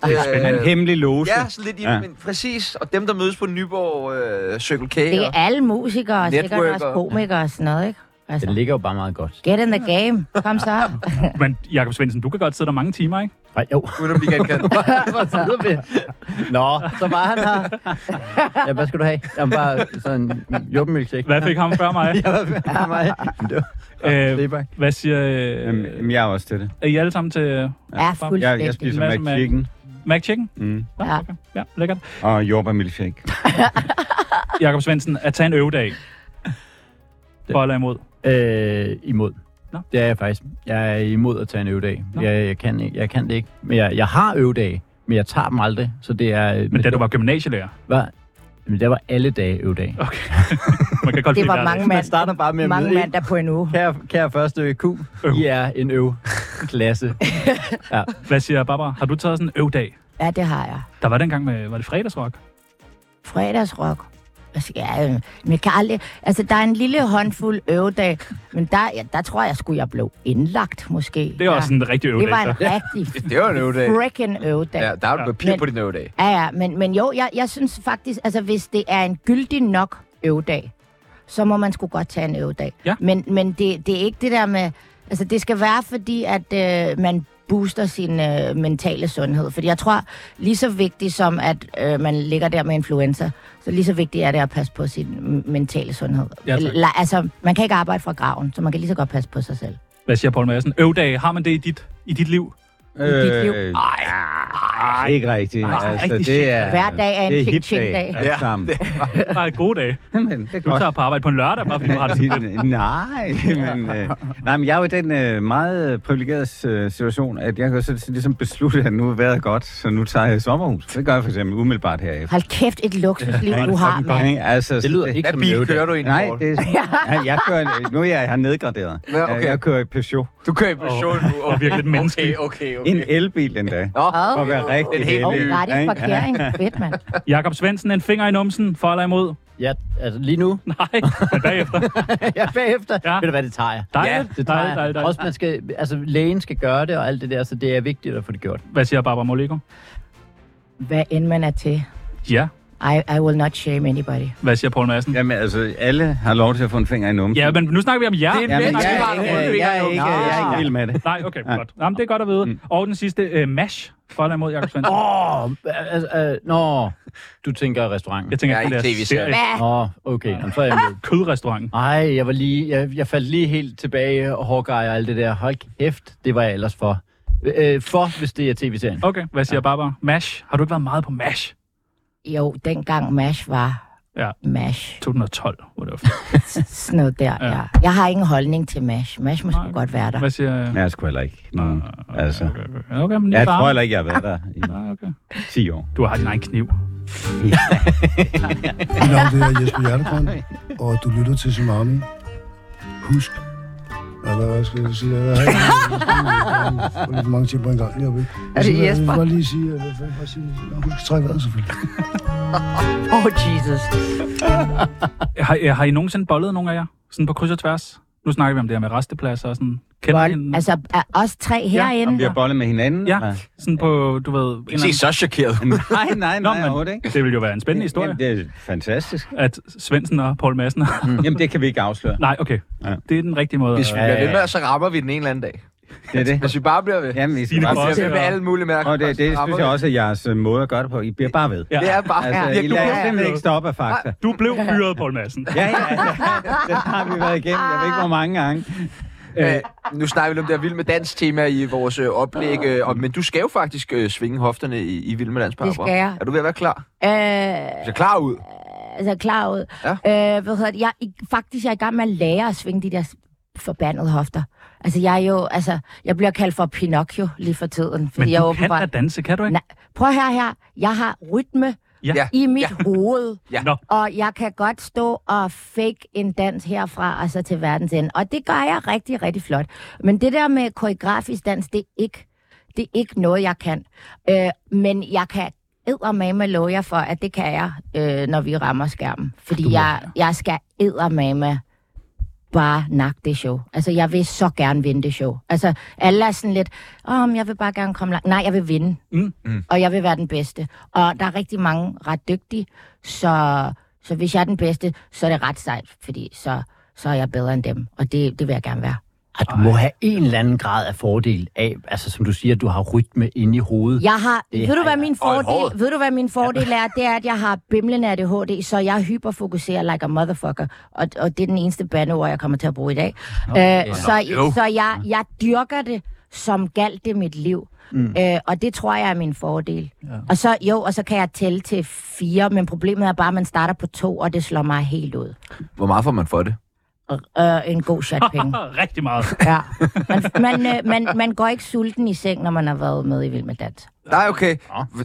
Speaker 4: Øh,
Speaker 5: hemmelig loge.
Speaker 4: ja, sådan lidt i...
Speaker 5: Ja.
Speaker 4: Men præcis. Og dem, der mødes på Nyborg øh, Circle K.
Speaker 7: Det er
Speaker 4: og-
Speaker 7: alle musikere, og sikkert også
Speaker 4: Networker.
Speaker 7: komikere og sådan noget, ikke?
Speaker 6: Det
Speaker 7: Altså,
Speaker 6: ligger jo bare meget godt.
Speaker 7: get in the game. Kom så.
Speaker 3: Men Jakob Svendsen, du kan godt sidde der mange timer, ikke?
Speaker 6: Nej, jo.
Speaker 4: Uden at blive genkendt.
Speaker 6: Hvor sidder vi? Nå, så var han her. Ja, hvad skal du have? Jamen bare sådan en jubbemilkshake.
Speaker 3: Hvad fik ham før mig?
Speaker 6: Ja, mig.
Speaker 3: øh,
Speaker 6: Sebak.
Speaker 3: hvad siger... Øh,
Speaker 5: Øhm, Jamen, jeg er også til det.
Speaker 3: er I alle sammen til øh,
Speaker 7: Ja,
Speaker 5: Jeg, jeg
Speaker 7: fuldstændig.
Speaker 5: spiser
Speaker 3: Masse mad.
Speaker 5: McChicken
Speaker 3: Mac Chicken?
Speaker 5: mm.
Speaker 3: Nå,
Speaker 7: Ja.
Speaker 3: Okay. ja, lækkert.
Speaker 5: og jordbærmilkshake.
Speaker 3: Jakob Svendsen, at tage en øvedag. For eller imod.
Speaker 6: Øh, imod.
Speaker 3: Nå.
Speaker 6: Det er jeg faktisk. Jeg er imod at tage en øvedag.
Speaker 3: Nå.
Speaker 6: Jeg, jeg, kan, ikke- jeg kan det ikke. Men jeg, jeg har øvedage, men jeg tager dem aldrig. Så det er... øh,
Speaker 3: Men da du var gymnasielærer,
Speaker 6: Var, men der var alle dage øvedag.
Speaker 3: man kan godt
Speaker 7: Det
Speaker 3: blive
Speaker 7: var
Speaker 3: hverdag.
Speaker 7: mange
Speaker 6: Man
Speaker 7: mand,
Speaker 6: starter bare med at
Speaker 7: mange
Speaker 6: møde
Speaker 7: mand,
Speaker 6: ind.
Speaker 7: der på en uge.
Speaker 6: Kære, kære første Q, I er en øv-klasse. ja.
Speaker 3: Hvad siger Barbara? Har du taget sådan en øvdag?
Speaker 7: Ja, det har jeg.
Speaker 3: Der var dengang med, var det fredagsrock?
Speaker 7: Fredagsrock. Altså, ja, øh, men jeg kan aldrig... Altså, der er en lille håndfuld øvedag, men der, ja, der tror jeg sgu, jeg blev indlagt, måske.
Speaker 3: Det er også
Speaker 7: ja.
Speaker 3: en rigtig øvdag.
Speaker 7: Det var en
Speaker 3: så.
Speaker 7: rigtig
Speaker 4: Det var en øvedag.
Speaker 7: freaking øvedag.
Speaker 4: Ja, der er jo papir
Speaker 7: Men-
Speaker 4: på din øvedag.
Speaker 7: Ja, ja, men, men jo, jeg, jeg synes faktisk, altså hvis det er en gyldig nok øvedag, så må man sgu godt tage en øvedag.
Speaker 3: Ja.
Speaker 7: Men, men det, det er ikke det der med, altså det skal være fordi, at øh, man booster sin øh, mentale sundhed. Fordi jeg tror, lige så vigtigt som at øh, man ligger der med influenza, så lige så vigtigt er det at passe på sin m- mentale sundhed.
Speaker 3: Ja, tak.
Speaker 7: Eller, altså, man kan ikke arbejde fra graven, så man kan lige så godt passe på sig selv.
Speaker 3: Hvad siger Poul Madsen? Øvdag, har man det i dit, i dit liv?
Speaker 7: dit liv.
Speaker 5: Øh, Ej, ikke rigtigt.
Speaker 3: Nej,
Speaker 5: altså,
Speaker 3: rigtig
Speaker 5: det er,
Speaker 7: Hver dag er en
Speaker 5: det er
Speaker 7: chick-
Speaker 5: hipdag,
Speaker 7: chick-dag.
Speaker 5: alt
Speaker 4: Ja.
Speaker 5: sammen.
Speaker 3: Bare gode dage.
Speaker 5: Men det er
Speaker 3: Du
Speaker 5: godt.
Speaker 3: tager på arbejde på en lørdag, bare fordi du har det sådan lidt.
Speaker 5: nej, men, øh, nej, men jeg er jo i den øh, meget privilegerede øh, situation, at jeg kan jo så ligesom beslutte, at nu er vejret godt, så nu tager jeg i sommerhus. Det gør jeg for eksempel umiddelbart herefter.
Speaker 7: Hold kæft, et luksusliv, du har,
Speaker 5: Ja,
Speaker 7: mand.
Speaker 5: ikke? Altså,
Speaker 6: Det lyder ikke
Speaker 4: Hvad
Speaker 6: som en
Speaker 4: bil
Speaker 6: øvedag.
Speaker 4: kører du i,
Speaker 5: Nej,
Speaker 4: Poul?
Speaker 5: det er, ja, jeg kører, nu er jeg, jeg er nedgraderet.
Speaker 4: Ja, okay.
Speaker 5: Jeg- Jeg kører i Peugeot.
Speaker 4: Du kører i Peugeot nu.
Speaker 3: Og virkelig lidt menneskelig.
Speaker 4: Okay, okay,
Speaker 5: En
Speaker 4: okay.
Speaker 5: elbil endda.
Speaker 4: Nå,
Speaker 5: For at være rigtig
Speaker 4: en helt
Speaker 7: Og
Speaker 4: ny.
Speaker 5: heldig.
Speaker 7: gratis
Speaker 5: ikke?
Speaker 7: parkering. Fedt, mand.
Speaker 3: Jakob Svendsen, en finger i numsen, for eller imod?
Speaker 6: Ja, altså lige nu.
Speaker 3: Nej, men bagefter.
Speaker 6: ja, bagefter.
Speaker 3: Ja.
Speaker 6: Ja. Ved du hvad, det tager jeg.
Speaker 3: Dejligt,
Speaker 6: Det tager
Speaker 3: dejligt,
Speaker 6: jeg.
Speaker 3: dejligt,
Speaker 6: Også
Speaker 3: dejligt.
Speaker 6: man skal, altså lægen skal gøre det og alt det der, så det er vigtigt at få det gjort.
Speaker 3: Hvad siger Barbara Moleko?
Speaker 7: Hvad end man er til.
Speaker 3: Ja.
Speaker 7: I, I will not shame anybody.
Speaker 3: Hvad siger Poul Madsen? Ja.
Speaker 5: Jamen, altså, alle har lov til at få en finger i numsen.
Speaker 3: men nu snakker vi om jer.
Speaker 4: Det er en
Speaker 3: Nu
Speaker 5: Jamen,
Speaker 4: menneske,
Speaker 3: snakker vi
Speaker 4: bare
Speaker 5: jeg,
Speaker 3: om
Speaker 5: er
Speaker 4: en
Speaker 5: ikke-
Speaker 4: rød
Speaker 3: jer.
Speaker 5: jeg, er
Speaker 4: finger.
Speaker 5: ikke, jeg er ikke vild med det.
Speaker 3: Nej, okay, godt. Jamen, det er godt at vide. Og den sidste, øh, MASH, for eller imod Jakob Svendsen?
Speaker 6: Åh, oh, altså, øh, nå, du tænker restauranten.
Speaker 3: Jeg tænker,
Speaker 4: Jeg er
Speaker 3: på
Speaker 4: ikke
Speaker 3: deres
Speaker 4: tv-serie.
Speaker 3: serie.
Speaker 7: Hvad?
Speaker 6: Nå, okay, jamen, så er jeg med.
Speaker 3: Kødrestauranten.
Speaker 6: Ej, jeg, var lige, jeg, jeg faldt lige helt tilbage og Hawkeye og alt det der. Hold kæft, det var jeg ellers for. Øh, for, hvis det er tv-serien.
Speaker 3: Okay, hvad siger Barbara? MASH. Har du ikke været meget på MASH?
Speaker 7: Jo, dengang MASH var
Speaker 3: Ja.
Speaker 7: MASH.
Speaker 3: 2012, hvor det var.
Speaker 7: Sådan noget der,
Speaker 3: Ja.
Speaker 7: ja. Jeg har ingen holdning til MASH. MASH må
Speaker 3: Nej.
Speaker 7: sgu godt være der.
Speaker 3: Hvad siger...
Speaker 5: Nej, jeg sgu heller ikke.
Speaker 3: Mm.
Speaker 5: Nå, altså.
Speaker 3: Okay, okay, okay men lige
Speaker 5: Jeg tror
Speaker 3: bare.
Speaker 5: heller ikke, jeg har været der i
Speaker 3: Ah, okay.
Speaker 5: 10 år.
Speaker 3: Du har din egen kniv.
Speaker 9: Mit navn det er Jesper Hjertegrøn, og du lytter til Tsunami. Husk, Ja, hvad hvad skal jeg sige? Jeg har ikke- jeg har lidt for mange ting på en gang heroppe. ikke?
Speaker 7: Er det
Speaker 9: Så vil jeg-
Speaker 7: Jesper?
Speaker 9: Jeg vil bare lige sige, at jeg vil bare sige, at husk at trække vejret selvfølgelig.
Speaker 7: Åh, oh, Jesus.
Speaker 3: Har, øh, har I nogensinde bollet nogen af jer? Sådan på kryds og tværs? Nu snakker vi om det her med restepladser og sådan. Kender I hinanden?
Speaker 7: Altså, er os tre herinde?
Speaker 5: Vi har bollet med hinanden.
Speaker 3: Ja,
Speaker 5: eller?
Speaker 3: sådan på, du ved... en eller
Speaker 4: Se,
Speaker 3: anden-
Speaker 4: så chokeret. ud.
Speaker 5: Nej, nej,
Speaker 3: Nå,
Speaker 5: nej,
Speaker 3: men-
Speaker 5: overhovedet ikke.
Speaker 3: Det vil jo være en spændende historie,
Speaker 5: Jamen, det er fantastisk.
Speaker 3: at Svendsen og Poul Madsen...
Speaker 5: Jamen, det kan vi ikke afsløre.
Speaker 3: Mm. Nej, okay.
Speaker 5: Ja.
Speaker 3: Det er den rigtige måde.
Speaker 4: Hvis vi
Speaker 3: at-
Speaker 4: bliver ved med, så rammer vi den en eller anden dag.
Speaker 5: Det er det.
Speaker 4: Hvis vi bare bliver ved.
Speaker 5: Jamen, vi skal
Speaker 3: Signe
Speaker 5: bare
Speaker 4: Vi
Speaker 3: Krog.
Speaker 5: blive
Speaker 4: bliver ved med
Speaker 3: Og-
Speaker 4: alle mulige mærker.
Speaker 5: Og det, det synes jeg også er jeres øh, måde at gøre det på. I bliver bare ved.
Speaker 3: Ja.
Speaker 4: Det er bare...
Speaker 5: Altså,
Speaker 4: Ja,
Speaker 5: I
Speaker 4: du
Speaker 5: lader
Speaker 4: bliver-
Speaker 5: simpelthen ikke stoppe af fakta.
Speaker 3: Du blev fyret, Poul Madsen.
Speaker 5: Ja, ja, ja. Det har vi været igennem. Jeg ved ikke, hvor mange gange.
Speaker 7: Ah.
Speaker 4: Øh, nu snakker vi om det her Vild med Dans tema i vores øh, oplæg, øh, og, men du skal jo faktisk øh, svinge hofterne i, i Vild med Dans, Barbara.
Speaker 7: skal jeg.
Speaker 4: Er du ved at være klar? Du
Speaker 7: Øh,
Speaker 4: ser klar ud.
Speaker 7: altså, klar ud.
Speaker 4: Ja.
Speaker 7: Øh, hvad hedder det? Jeg, er i- faktisk jeg er i gang med at lære at svinge de der forbandede hofter. Altså, jeg er jo, altså, jeg bliver kaldt for Pinocchio lige for tiden, fordi
Speaker 3: Men
Speaker 7: jeg
Speaker 3: du kan da
Speaker 7: åbenbart...
Speaker 3: danse, kan du ikke?
Speaker 7: Nej, prøv at høre her. Jeg har rytme
Speaker 3: Ja.
Speaker 4: Ja.
Speaker 7: i mit ja. hoved.
Speaker 4: Ja.
Speaker 3: Nå.
Speaker 7: Og jeg kan godt stå og fake en dans herfra og så til verdens ende. Og det gør jeg rigtig, rigtig flot. Men det der med koreografisk dans, det er ikke, det er ikke noget, jeg kan. Øh, men jeg kan eddermame love jer for, at det kan jeg, øh, når vi rammer skærmen. Fordi jeg, jeg skal eddermame bare nakke det show. Altså, jeg vil så gerne vinde det show. Altså, alle er sådan lidt, åh, men jeg vil bare gerne komme langt. Nej, jeg vil vinde og jeg vil være den bedste. Og der er rigtig mange ret dygtige, så, så hvis jeg er den bedste, så er det ret sejt, fordi så, så er jeg bedre end dem, og det, det vil jeg gerne være.
Speaker 6: Og du må have en eller anden grad af fordel af, altså som du siger, at du har rytme inde i hovedet.
Speaker 7: Jeg har,
Speaker 6: Det
Speaker 7: ved, du,
Speaker 6: har
Speaker 7: hvad
Speaker 6: jeg.
Speaker 7: min
Speaker 4: Og i
Speaker 7: fordel,
Speaker 4: håret.
Speaker 7: ved du, hvad min fordel er? Det er, at jeg har bimlende ADHD, så jeg hyperfokuserer like a motherfucker. Og, og det er den eneste bandeord, jeg kommer til at bruge i dag. Okay. Øh, så
Speaker 4: jo.
Speaker 7: så jeg, jeg dyrker det, som galt det mit liv. Mm. Øh, og det tror jeg er min fordel. Ja. Og så, jo, og så kan jeg tælle til fire, men problemet er bare, at man starter på to, og det slår mig helt ud.
Speaker 4: Hvor meget får man for det?
Speaker 7: Øh, en god chat penge.
Speaker 3: Rigtig meget.
Speaker 7: Ja. Man, man, øh, man, man går ikke sulten i seng, når man har været med i Vild med Dans.
Speaker 4: Nej, okay.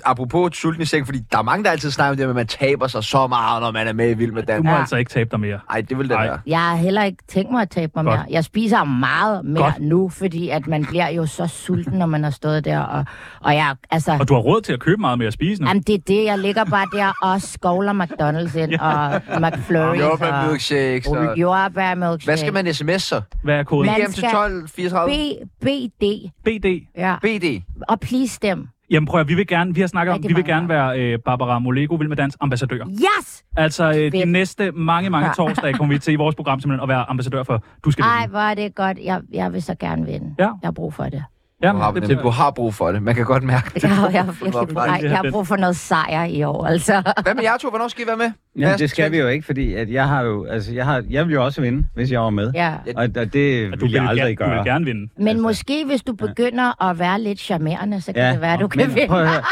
Speaker 4: Apropos sulten i seng, fordi der er mange, der altid snakker om det, med, at man taber sig så meget, når man er med i Vild med
Speaker 3: Du
Speaker 4: Dan.
Speaker 3: må
Speaker 7: Ja.
Speaker 3: altså ikke tabe dig mere.
Speaker 4: Ej, det vil det
Speaker 3: Ej.
Speaker 4: være.
Speaker 7: Jeg har heller ikke tænkt mig at tabe mig
Speaker 3: Godt.
Speaker 7: mere. Jeg spiser meget mere
Speaker 3: Godt.
Speaker 7: Godt. nu, fordi at man bliver jo så sulten, når man har stået der. Og, og jeg, altså,
Speaker 3: Og du har råd til at købe meget mere at spise nu.
Speaker 7: jamen, det er det, jeg ligger bare der og skovler McDonald's ind, og McFlurry.
Speaker 4: Jordbær milkshakes. og-
Speaker 7: Jordbær milkshake.
Speaker 4: Hvad skal man sms så?
Speaker 3: Hvad er koden?
Speaker 7: Man
Speaker 4: Hjem til
Speaker 7: skal-
Speaker 4: 12, 34,
Speaker 7: B, BD.
Speaker 3: BD.
Speaker 7: Ja.
Speaker 4: BD.
Speaker 7: Og please stem.
Speaker 3: Jamen prøv at, vi vil gerne, vi har snakket om,
Speaker 7: Rigtig
Speaker 3: vi vil
Speaker 7: mange
Speaker 3: gerne være øh, Barbara Molego, vil med dans ambassadør.
Speaker 7: Yes!
Speaker 3: Altså øh, de
Speaker 7: Fedt.
Speaker 3: næste mange, mange torsdage kommer vi til i vores program simpelthen at være ambassadør for Du skal
Speaker 7: Ej,
Speaker 3: vinde.
Speaker 7: hvor er det godt. Jeg, jeg vil så gerne vinde.
Speaker 3: Ja.
Speaker 7: Jeg har brug for det.
Speaker 4: Du
Speaker 3: Jamen,
Speaker 4: har,
Speaker 3: det
Speaker 4: det,
Speaker 3: bliver...
Speaker 4: du har brug for det. Man kan godt mærke det.
Speaker 7: Jeg, jeg, jeg, jeg,
Speaker 4: Hvor
Speaker 7: jeg,
Speaker 4: dejligt.
Speaker 7: jeg, jeg har brug for noget sejr i år, altså.
Speaker 4: Hvad med jer to? Hvornår skal I være med?
Speaker 5: Jamen, det skal vi jo ikke, fordi at jeg har jo, altså, jeg, har, jeg vil jo også vinde, hvis jeg var med.
Speaker 7: Ja.
Speaker 5: Og, og det
Speaker 3: at
Speaker 5: vil
Speaker 3: du
Speaker 5: jeg
Speaker 3: vil,
Speaker 5: aldrig
Speaker 3: gerne, du
Speaker 5: gøre.
Speaker 3: vil gerne vinde.
Speaker 7: Men altså, måske, hvis du begynder at være lidt charmerende, så kan det være, du kan
Speaker 5: men prøv
Speaker 7: vinde.
Speaker 5: at høre.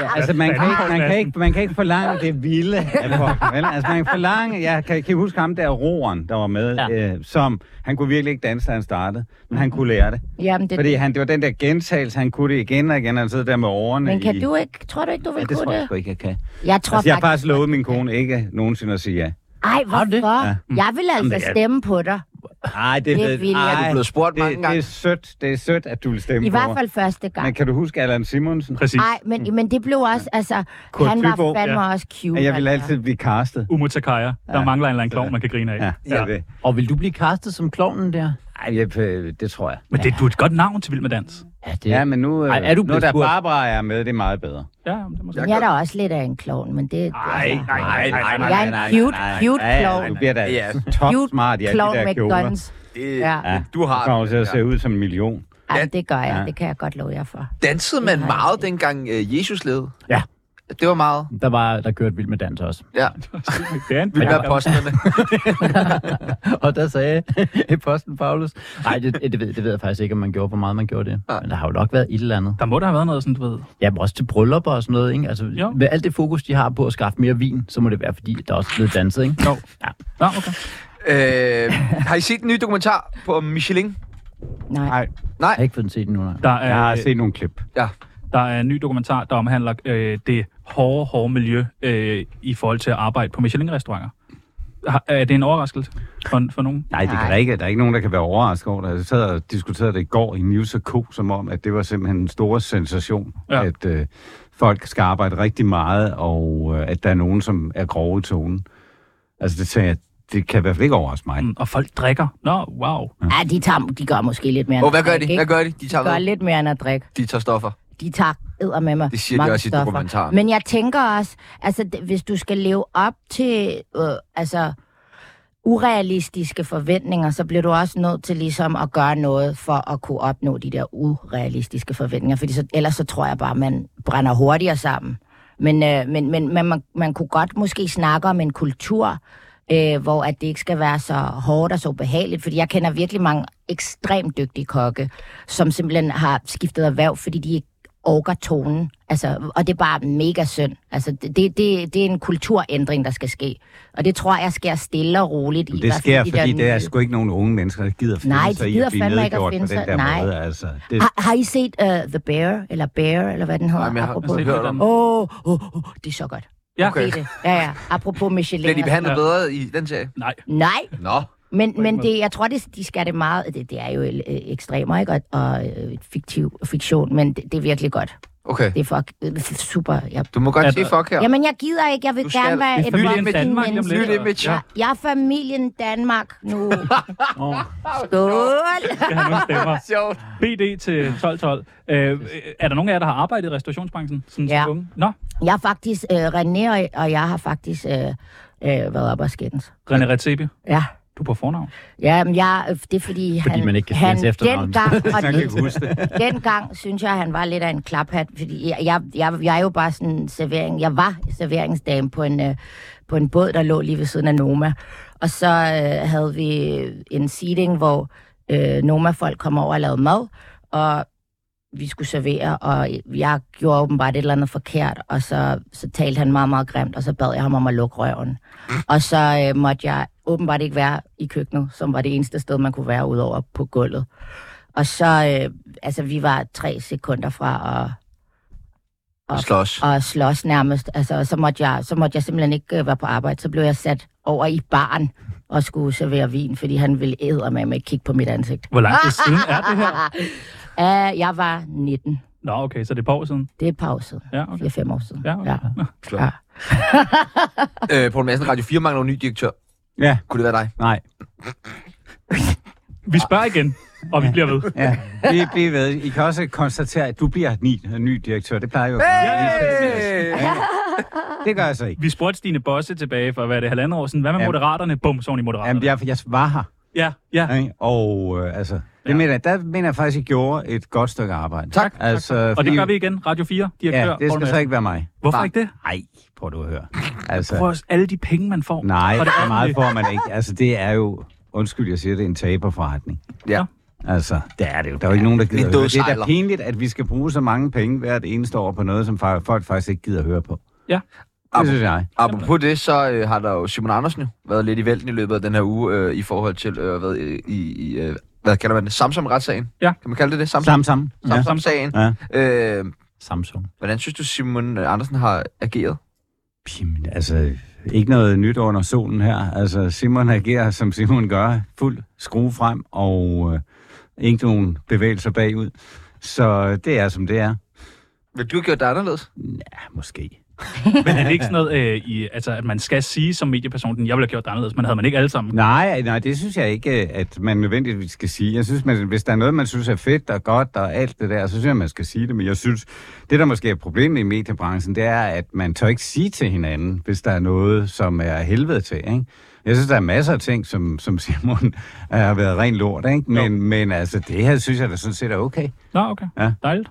Speaker 5: Ja, altså, man kan, ikke, man, kan ikke, man kan ikke forlange det vilde af folk. Vel? Altså, man kan forlange... Jeg kan, kan I huske ham der, roeren, der var med, ja. øh, som... Han kunne virkelig ikke danse, da han startede, men han kunne lære det.
Speaker 7: Jamen, det,
Speaker 5: Fordi han, det var den der gentagelse, han kunne det igen og igen, og han sidder der med årene
Speaker 7: men kan
Speaker 5: i...
Speaker 7: du ikke? Tror du ikke, du
Speaker 5: ja,
Speaker 7: vil
Speaker 5: det tror
Speaker 7: kunne
Speaker 5: jeg
Speaker 7: det?
Speaker 5: sgu ikke, jeg kan.
Speaker 7: Jeg tror
Speaker 5: Altså, jeg har faktisk
Speaker 7: faktisk...
Speaker 5: lovet min kone ikke nogensinde at sige ja.
Speaker 7: Ej, hvorfor?
Speaker 5: Ja.
Speaker 7: Jeg vil altså stemme på dig.
Speaker 5: Nej, det,
Speaker 7: Det
Speaker 5: ved-
Speaker 7: vil jeg.
Speaker 5: ej,
Speaker 7: Du er
Speaker 4: blevet spurgt mange
Speaker 5: det,
Speaker 4: gange.
Speaker 5: Det er sødt, det er sødt, at du vil stemme
Speaker 7: I
Speaker 5: på
Speaker 7: hvert
Speaker 5: mig.
Speaker 7: fald første
Speaker 5: Men
Speaker 7: gang.
Speaker 5: kan du huske Allan Simonsen?
Speaker 3: Præcis.
Speaker 7: Nej, men, men det blev også, altså,
Speaker 5: Kurt
Speaker 7: han var
Speaker 5: Thyboe,
Speaker 7: fandme
Speaker 3: ja.
Speaker 7: også cute.
Speaker 5: At jeg vil
Speaker 7: altså.
Speaker 5: altid blive castet.
Speaker 3: Umutakaya. Der
Speaker 5: Ja.
Speaker 3: mangler en eller anden klovn, man kan grine af.
Speaker 5: Ja, ja. det.
Speaker 6: Og vil du blive castet som klovnen der?
Speaker 5: Ej, jeg, øh, det tror jeg.
Speaker 3: Men det, du er et godt navn til Vild med Dans.
Speaker 6: Ja, det...
Speaker 5: Ja, men nu, øh,
Speaker 6: Ej, er du
Speaker 5: nu
Speaker 6: blevet
Speaker 5: da
Speaker 6: spurgt?
Speaker 5: Barbara er med, det er meget bedre.
Speaker 7: Altså,
Speaker 3: Ja, det er måske...
Speaker 7: Jeg er da også lidt af en klovn, men det... altså,
Speaker 3: Nej, nej, nej, nej, nej.
Speaker 7: Jeg er en cute, cute
Speaker 5: Ja, ja,
Speaker 7: klovn.
Speaker 5: du bliver da
Speaker 4: Ja.
Speaker 5: top
Speaker 7: Cute
Speaker 5: smart i alle de
Speaker 7: klovn
Speaker 5: der
Speaker 7: med
Speaker 5: kjoler.
Speaker 7: guns.
Speaker 4: Det,
Speaker 7: Ja.
Speaker 5: Ja,
Speaker 4: Du har
Speaker 5: Du kommer
Speaker 4: den,
Speaker 5: til at
Speaker 4: ja.
Speaker 5: se ud som en million.
Speaker 7: Ej, det gør jeg.
Speaker 5: Ja.
Speaker 7: Det kan jeg godt love jer for.
Speaker 4: Dansede man meget, dengang øh, Jesus levede?
Speaker 6: Ja.
Speaker 4: Det var meget.
Speaker 6: Der, var, der kørte Vild med Dans også.
Speaker 4: Ja.
Speaker 3: Det er en
Speaker 4: Det var posterne.
Speaker 6: og der sagde posten Paulus... Nej, det, det, ved, det ved jeg faktisk ikke, om man gjorde, hvor meget man gjorde det. Men der har jo nok været et eller andet.
Speaker 3: Der må der have været noget sådan, du ved.
Speaker 6: Jamen også til bryllupper og sådan noget, ikke? Altså,
Speaker 3: Jo.
Speaker 6: med alt det fokus, de har på at skaffe mere vin, så må det være, fordi der også er blevet danset, ikke?
Speaker 3: Jo. Nå, okay.
Speaker 4: øh, har I set den nye dokumentar på Michelin?
Speaker 7: Nej.
Speaker 6: Jeg har ikke fået den set endnu, nej.
Speaker 3: Der er,
Speaker 5: Jeg har set nogle klip.
Speaker 4: Ja.
Speaker 3: der er en ny dokumentar, der omhandler øh, det hårde, hårde miljø øh, i forhold til at arbejde på Michelin-restauranter. Har, er det en overraskelse for, for nogen?
Speaker 5: Nej, det kan der ikke. Der er ikke nogen, der kan være overrasket over det. Jeg sad og diskuterede det i går i News Co., som om, at det var simpelthen en stor sensation,
Speaker 3: Ja.
Speaker 5: ja. at øh, folk skal arbejde rigtig meget, og øh, at der er nogen, som er grove i tonen. Altså, det sagde jeg, det kan i hvert fald ikke overraske mig.
Speaker 3: Mm, Og folk drikker. Nå, wow.
Speaker 7: Ja, de, tager, de gør måske lidt mere end
Speaker 4: Og hvad
Speaker 7: at
Speaker 4: gør
Speaker 7: drikke,
Speaker 4: de?
Speaker 7: ikke?
Speaker 4: Hvad gør de? De tager
Speaker 7: gør
Speaker 4: noget.
Speaker 7: lidt mere end at drikke.
Speaker 4: De tager stoffer.
Speaker 7: De tager æder med mig.
Speaker 4: Det siger de også i dokumentaren.
Speaker 7: Men jeg tænker også, altså, d- hvis du skal leve op til øh, altså, urealistiske forventninger, så bliver du også nødt til ligesom at gøre noget for at kunne opnå de der urealistiske forventninger. Fordi så, ellers så tror jeg bare, man brænder hurtigere sammen. Men, øh, men, men man, man, man kunne godt måske snakke om en kultur, øh, hvor at det ikke skal være så hårdt og så ubehageligt, fordi jeg kender virkelig mange ekstremt dygtige kokke, som simpelthen har skiftet erhverv, fordi de ikke orker tonen. Altså, og det er bare mega synd. Altså, det, det, det er en kulturændring, der skal ske. Og det tror jeg sker stille og roligt. i
Speaker 5: Det
Speaker 7: hvert fald
Speaker 5: sker,
Speaker 7: i
Speaker 5: fordi
Speaker 7: den- øh,
Speaker 5: der er sgu ikke nogen unge mennesker, der gider finde
Speaker 7: Nej, de
Speaker 5: sig i
Speaker 7: gider
Speaker 5: at blive
Speaker 7: fandme ikke at
Speaker 5: nedgjort på
Speaker 7: finde
Speaker 5: den
Speaker 7: sig-
Speaker 5: der
Speaker 7: Nej. Ah.
Speaker 5: måde. Altså, det,
Speaker 7: Har, har I set uh, The Bear, eller Bear, eller hvad den hedder?
Speaker 4: Nej, men jeg har-
Speaker 7: Apropos-
Speaker 4: jeg har hørt om den.
Speaker 7: Åh, åh, åh, det er så godt.
Speaker 3: Ja.
Speaker 7: Det er det. Ja, ja. Apropos Michelin.
Speaker 4: Bliver de
Speaker 7: og sådan
Speaker 4: behandlet
Speaker 3: Ja.
Speaker 4: bedre i den serie?
Speaker 3: Nej.
Speaker 7: noget. Nej,
Speaker 4: Nå.
Speaker 7: men, men det, jeg tror, det, de skal det meget. Det, det er jo øh, ekstremer, ikke? Og, og øh, fiktiv, fiktion, men det, det er virkelig godt.
Speaker 4: Okay.
Speaker 7: Det er fuck, øh, super. Jeg,
Speaker 4: Du må godt
Speaker 3: Ja,
Speaker 4: sige
Speaker 3: der-
Speaker 4: fuck her.
Speaker 7: Jamen, jeg gider ikke. Jeg vil
Speaker 4: Du skal-
Speaker 7: gerne være
Speaker 3: Det er
Speaker 7: et
Speaker 3: familien
Speaker 7: voksent
Speaker 3: Danmark, lige om
Speaker 7: menneske.
Speaker 3: lidt.
Speaker 4: Nyt image.
Speaker 3: Ja.
Speaker 7: Jeg er familien Danmark nu.
Speaker 3: Oh,
Speaker 7: Skål!
Speaker 3: skal have nogle stemmer.
Speaker 4: Sjovt.
Speaker 3: BD til 1212. Øh, er der nogen af jer, der har arbejdet i restaurationsbranchen? Sådan
Speaker 7: Ja.
Speaker 3: ja. Unge? Nå,
Speaker 7: Jeg er faktisk, øh, René og, og jeg har faktisk øh, øh, været op og skændes.
Speaker 3: René Redzepi,
Speaker 7: Ja.
Speaker 3: du er på fornavn.
Speaker 7: Ja, men jeg, øh, det er fordi,
Speaker 6: Fordi
Speaker 7: han,
Speaker 6: man ikke kan
Speaker 7: han
Speaker 6: skændes efternavn.
Speaker 7: dengang, og
Speaker 5: man kan ikke
Speaker 7: den,
Speaker 5: huske det.
Speaker 7: dengang synes jeg, han var lidt af en klaphat, fordi jeg, jeg, jeg, jeg er jo bare sådan en servering, jeg var serveringsdame på en, øh, på en båd, der lå lige ved siden af Noma. Og så øh, havde vi en seating, hvor øh, Noma-folk kom over og lavede mad, og vi skulle servere, og jeg gjorde åbenbart et eller andet forkert, og så, så talte han meget, meget grimt, og så bad jeg ham om at lukke røven. Og så øh, måtte jeg åbenbart ikke være i køkkenet, som var det eneste sted, man kunne være udover på gulvet. Og så, øh, altså vi var tre sekunder fra at Og-
Speaker 4: Slås.
Speaker 7: og slås nærmest. Altså, og så, måtte jeg, så måtte jeg simpelthen ikke øh, være på arbejde. Så blev jeg sat over i baren og skulle servere vin, fordi han ville æde med ikke kigge på mit ansigt.
Speaker 3: Hvor lang tid siden er det her?
Speaker 7: Uh, jeg var 19.
Speaker 3: Nå, okay, så det er et par år siden.
Speaker 7: Det er et par år siden.
Speaker 3: Ja, okay.
Speaker 7: 4-5 år siden.
Speaker 3: Ja, okay.
Speaker 7: ja. ja.
Speaker 4: Øh, Poul Madsen, Radio 4 mangler en ny direktør.
Speaker 5: Ja,
Speaker 4: Kunne det være dig?
Speaker 5: nej.
Speaker 3: Vi spørger igen, og vi bliver ved.
Speaker 5: Ja. Vi, vi ved. I kan også konstatere, at du bliver ny, ny direktør. Det plejer jo at Øh.
Speaker 4: Hey!
Speaker 5: Det gør jeg så ikke.
Speaker 3: Vi spurgte Stine Bosse tilbage for, hvad er det, halvandet år siden? Hvad med
Speaker 5: Ja.
Speaker 3: Moderaterne? Bum, så var hun i Moderaterne.
Speaker 5: Jamen, jeg, jeg var her.
Speaker 3: Ja, ja.
Speaker 5: Ikke? Og øh, altså, det ja. mener, jeg- der mener jeg faktisk, at I gjorde et godt stykke arbejde.
Speaker 4: Tak.
Speaker 5: Altså,
Speaker 3: Og det
Speaker 5: fordi-
Speaker 3: gør vi igen. Radio 4, direktør.
Speaker 5: Ja, det
Speaker 3: Poul
Speaker 5: skal så
Speaker 3: Madsen.
Speaker 5: ikke være mig.
Speaker 3: Hvorfor ikke det?
Speaker 5: Nej, prøv du at høre. Altså,
Speaker 3: Prøv os alle de penge, man får.
Speaker 5: nej,
Speaker 3: Og det
Speaker 5: så meget
Speaker 3: offentlige.
Speaker 5: får man ikke. Altså, det er jo, undskyld, jeg siger det, en taberforretning.
Speaker 4: Ja.
Speaker 5: Altså, det er det jo. Der er jo ikke nogen, der gider
Speaker 4: lidt
Speaker 5: at høre. Det er da
Speaker 4: dødsejler.
Speaker 5: pinligt, at vi skal bruge så mange penge hvert eneste år på noget, som fa- folk faktisk ikke gider at høre på.
Speaker 3: Ja.
Speaker 5: Det synes jeg.
Speaker 4: Apropos det, så øh, har der jo Simon Andersen jo været lidt i vælten i løbet af den her uge øh, i forhold til, øh, hvad, øh, i, i, øh, hvad kalder man det, Samsam-retssagen?
Speaker 3: Ja.
Speaker 4: Kan man kalde det det? Samsam-
Speaker 5: Sam, sam. Ja.
Speaker 4: Samsam-sagen.
Speaker 5: ja.
Speaker 4: Øh,
Speaker 6: Samsung.
Speaker 4: hvordan synes du, Simon Andersen har ageret?
Speaker 5: Jamen, altså, ikke noget nyt under solen her. Altså, Simon agerer, som Simon gør, fuld skrue frem, og øh, ikke nogen bevægelser bagud. Så det er, som det er.
Speaker 4: Vil du have gjort det anderledes?
Speaker 5: Ja, måske.
Speaker 3: Men er det ikke sådan noget, øh, i, altså, at man skal sige som medieperson, jeg ville have gjort det anderledes, men havde man ikke alle sammen?
Speaker 5: Nej, nej, det synes jeg ikke, at man nødvendigvis skal sige. Jeg synes, man, hvis der er noget, man synes er fedt og godt og alt det der, så synes jeg, man skal sige det. Men jeg synes, det der måske er problemet i mediebranchen, det er, at man tør ikke sige til hinanden, hvis der er noget, som er af helvede til. Ikke? Jeg synes, der er masser af ting, som, som Simon øh, har været ren lort, ikke? Men, men altså, det her synes jeg da sådan set er okay.
Speaker 3: Nå, okay.
Speaker 5: Ja.
Speaker 3: Dejligt.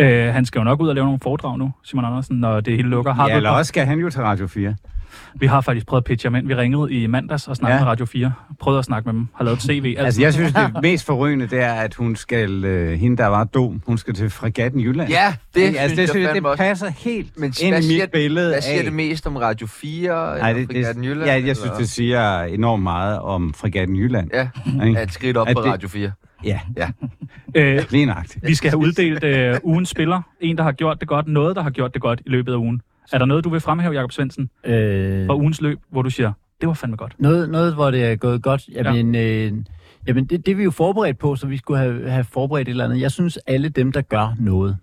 Speaker 3: Øh, han skal jo nok ud og lave nogle foredrag nu, Simon Andersen, når det hele lukker. Har
Speaker 5: Ja,
Speaker 3: du- Altså-
Speaker 5: eller også skal han jo til Radio 4.
Speaker 3: Vi har faktisk prøvet at pitche ham ind. Vi ringede i mandags og snakkede
Speaker 5: Ja.
Speaker 3: ja. med Radio 4. Prøvede at snakke med dem. Har lavet et CV.
Speaker 5: Altså, jeg synes, det mest forrygende, det er, at hun skal, øh, hende der var dum, hun skal til Fregatten Jylland.
Speaker 4: Ja, det
Speaker 5: Ikke? altså, det, synes jeg, det
Speaker 4: fandme også.
Speaker 5: passer helt
Speaker 4: Men
Speaker 5: Men
Speaker 4: hvad
Speaker 5: ind i mit
Speaker 4: siger-
Speaker 5: billede
Speaker 4: Hvad siger
Speaker 5: af...
Speaker 4: det mest om Radio 4?
Speaker 5: Nej,
Speaker 4: eller
Speaker 5: det,
Speaker 4: Fregatten
Speaker 5: det,
Speaker 4: Jylland,
Speaker 5: ja, jeg synes,
Speaker 4: eller-
Speaker 5: det siger enormt meget om Fregatten Jylland.
Speaker 4: Ja,
Speaker 5: Ikke?
Speaker 4: er et skridt op
Speaker 5: At
Speaker 4: på
Speaker 5: det-
Speaker 4: Radio 4.
Speaker 5: ja.
Speaker 3: Øh,
Speaker 5: lige nøjagtigt.
Speaker 3: vi skal have uddelt øh, ugens spiller. En, der har gjort det godt. Noget, der har gjort det godt i løbet af ugen. Er der noget, du vil fremhæve, Jakob Svendsen,
Speaker 6: Øh,
Speaker 3: fra ugens løb, hvor du siger, det var fandme godt?
Speaker 6: Noget, noget, hvor det er gået godt. Jamen, ja. øh, jamen det, det er vi jo forberedt på, så vi skulle have, have forberedt et eller andet. Jeg synes, alle dem, der gør noget.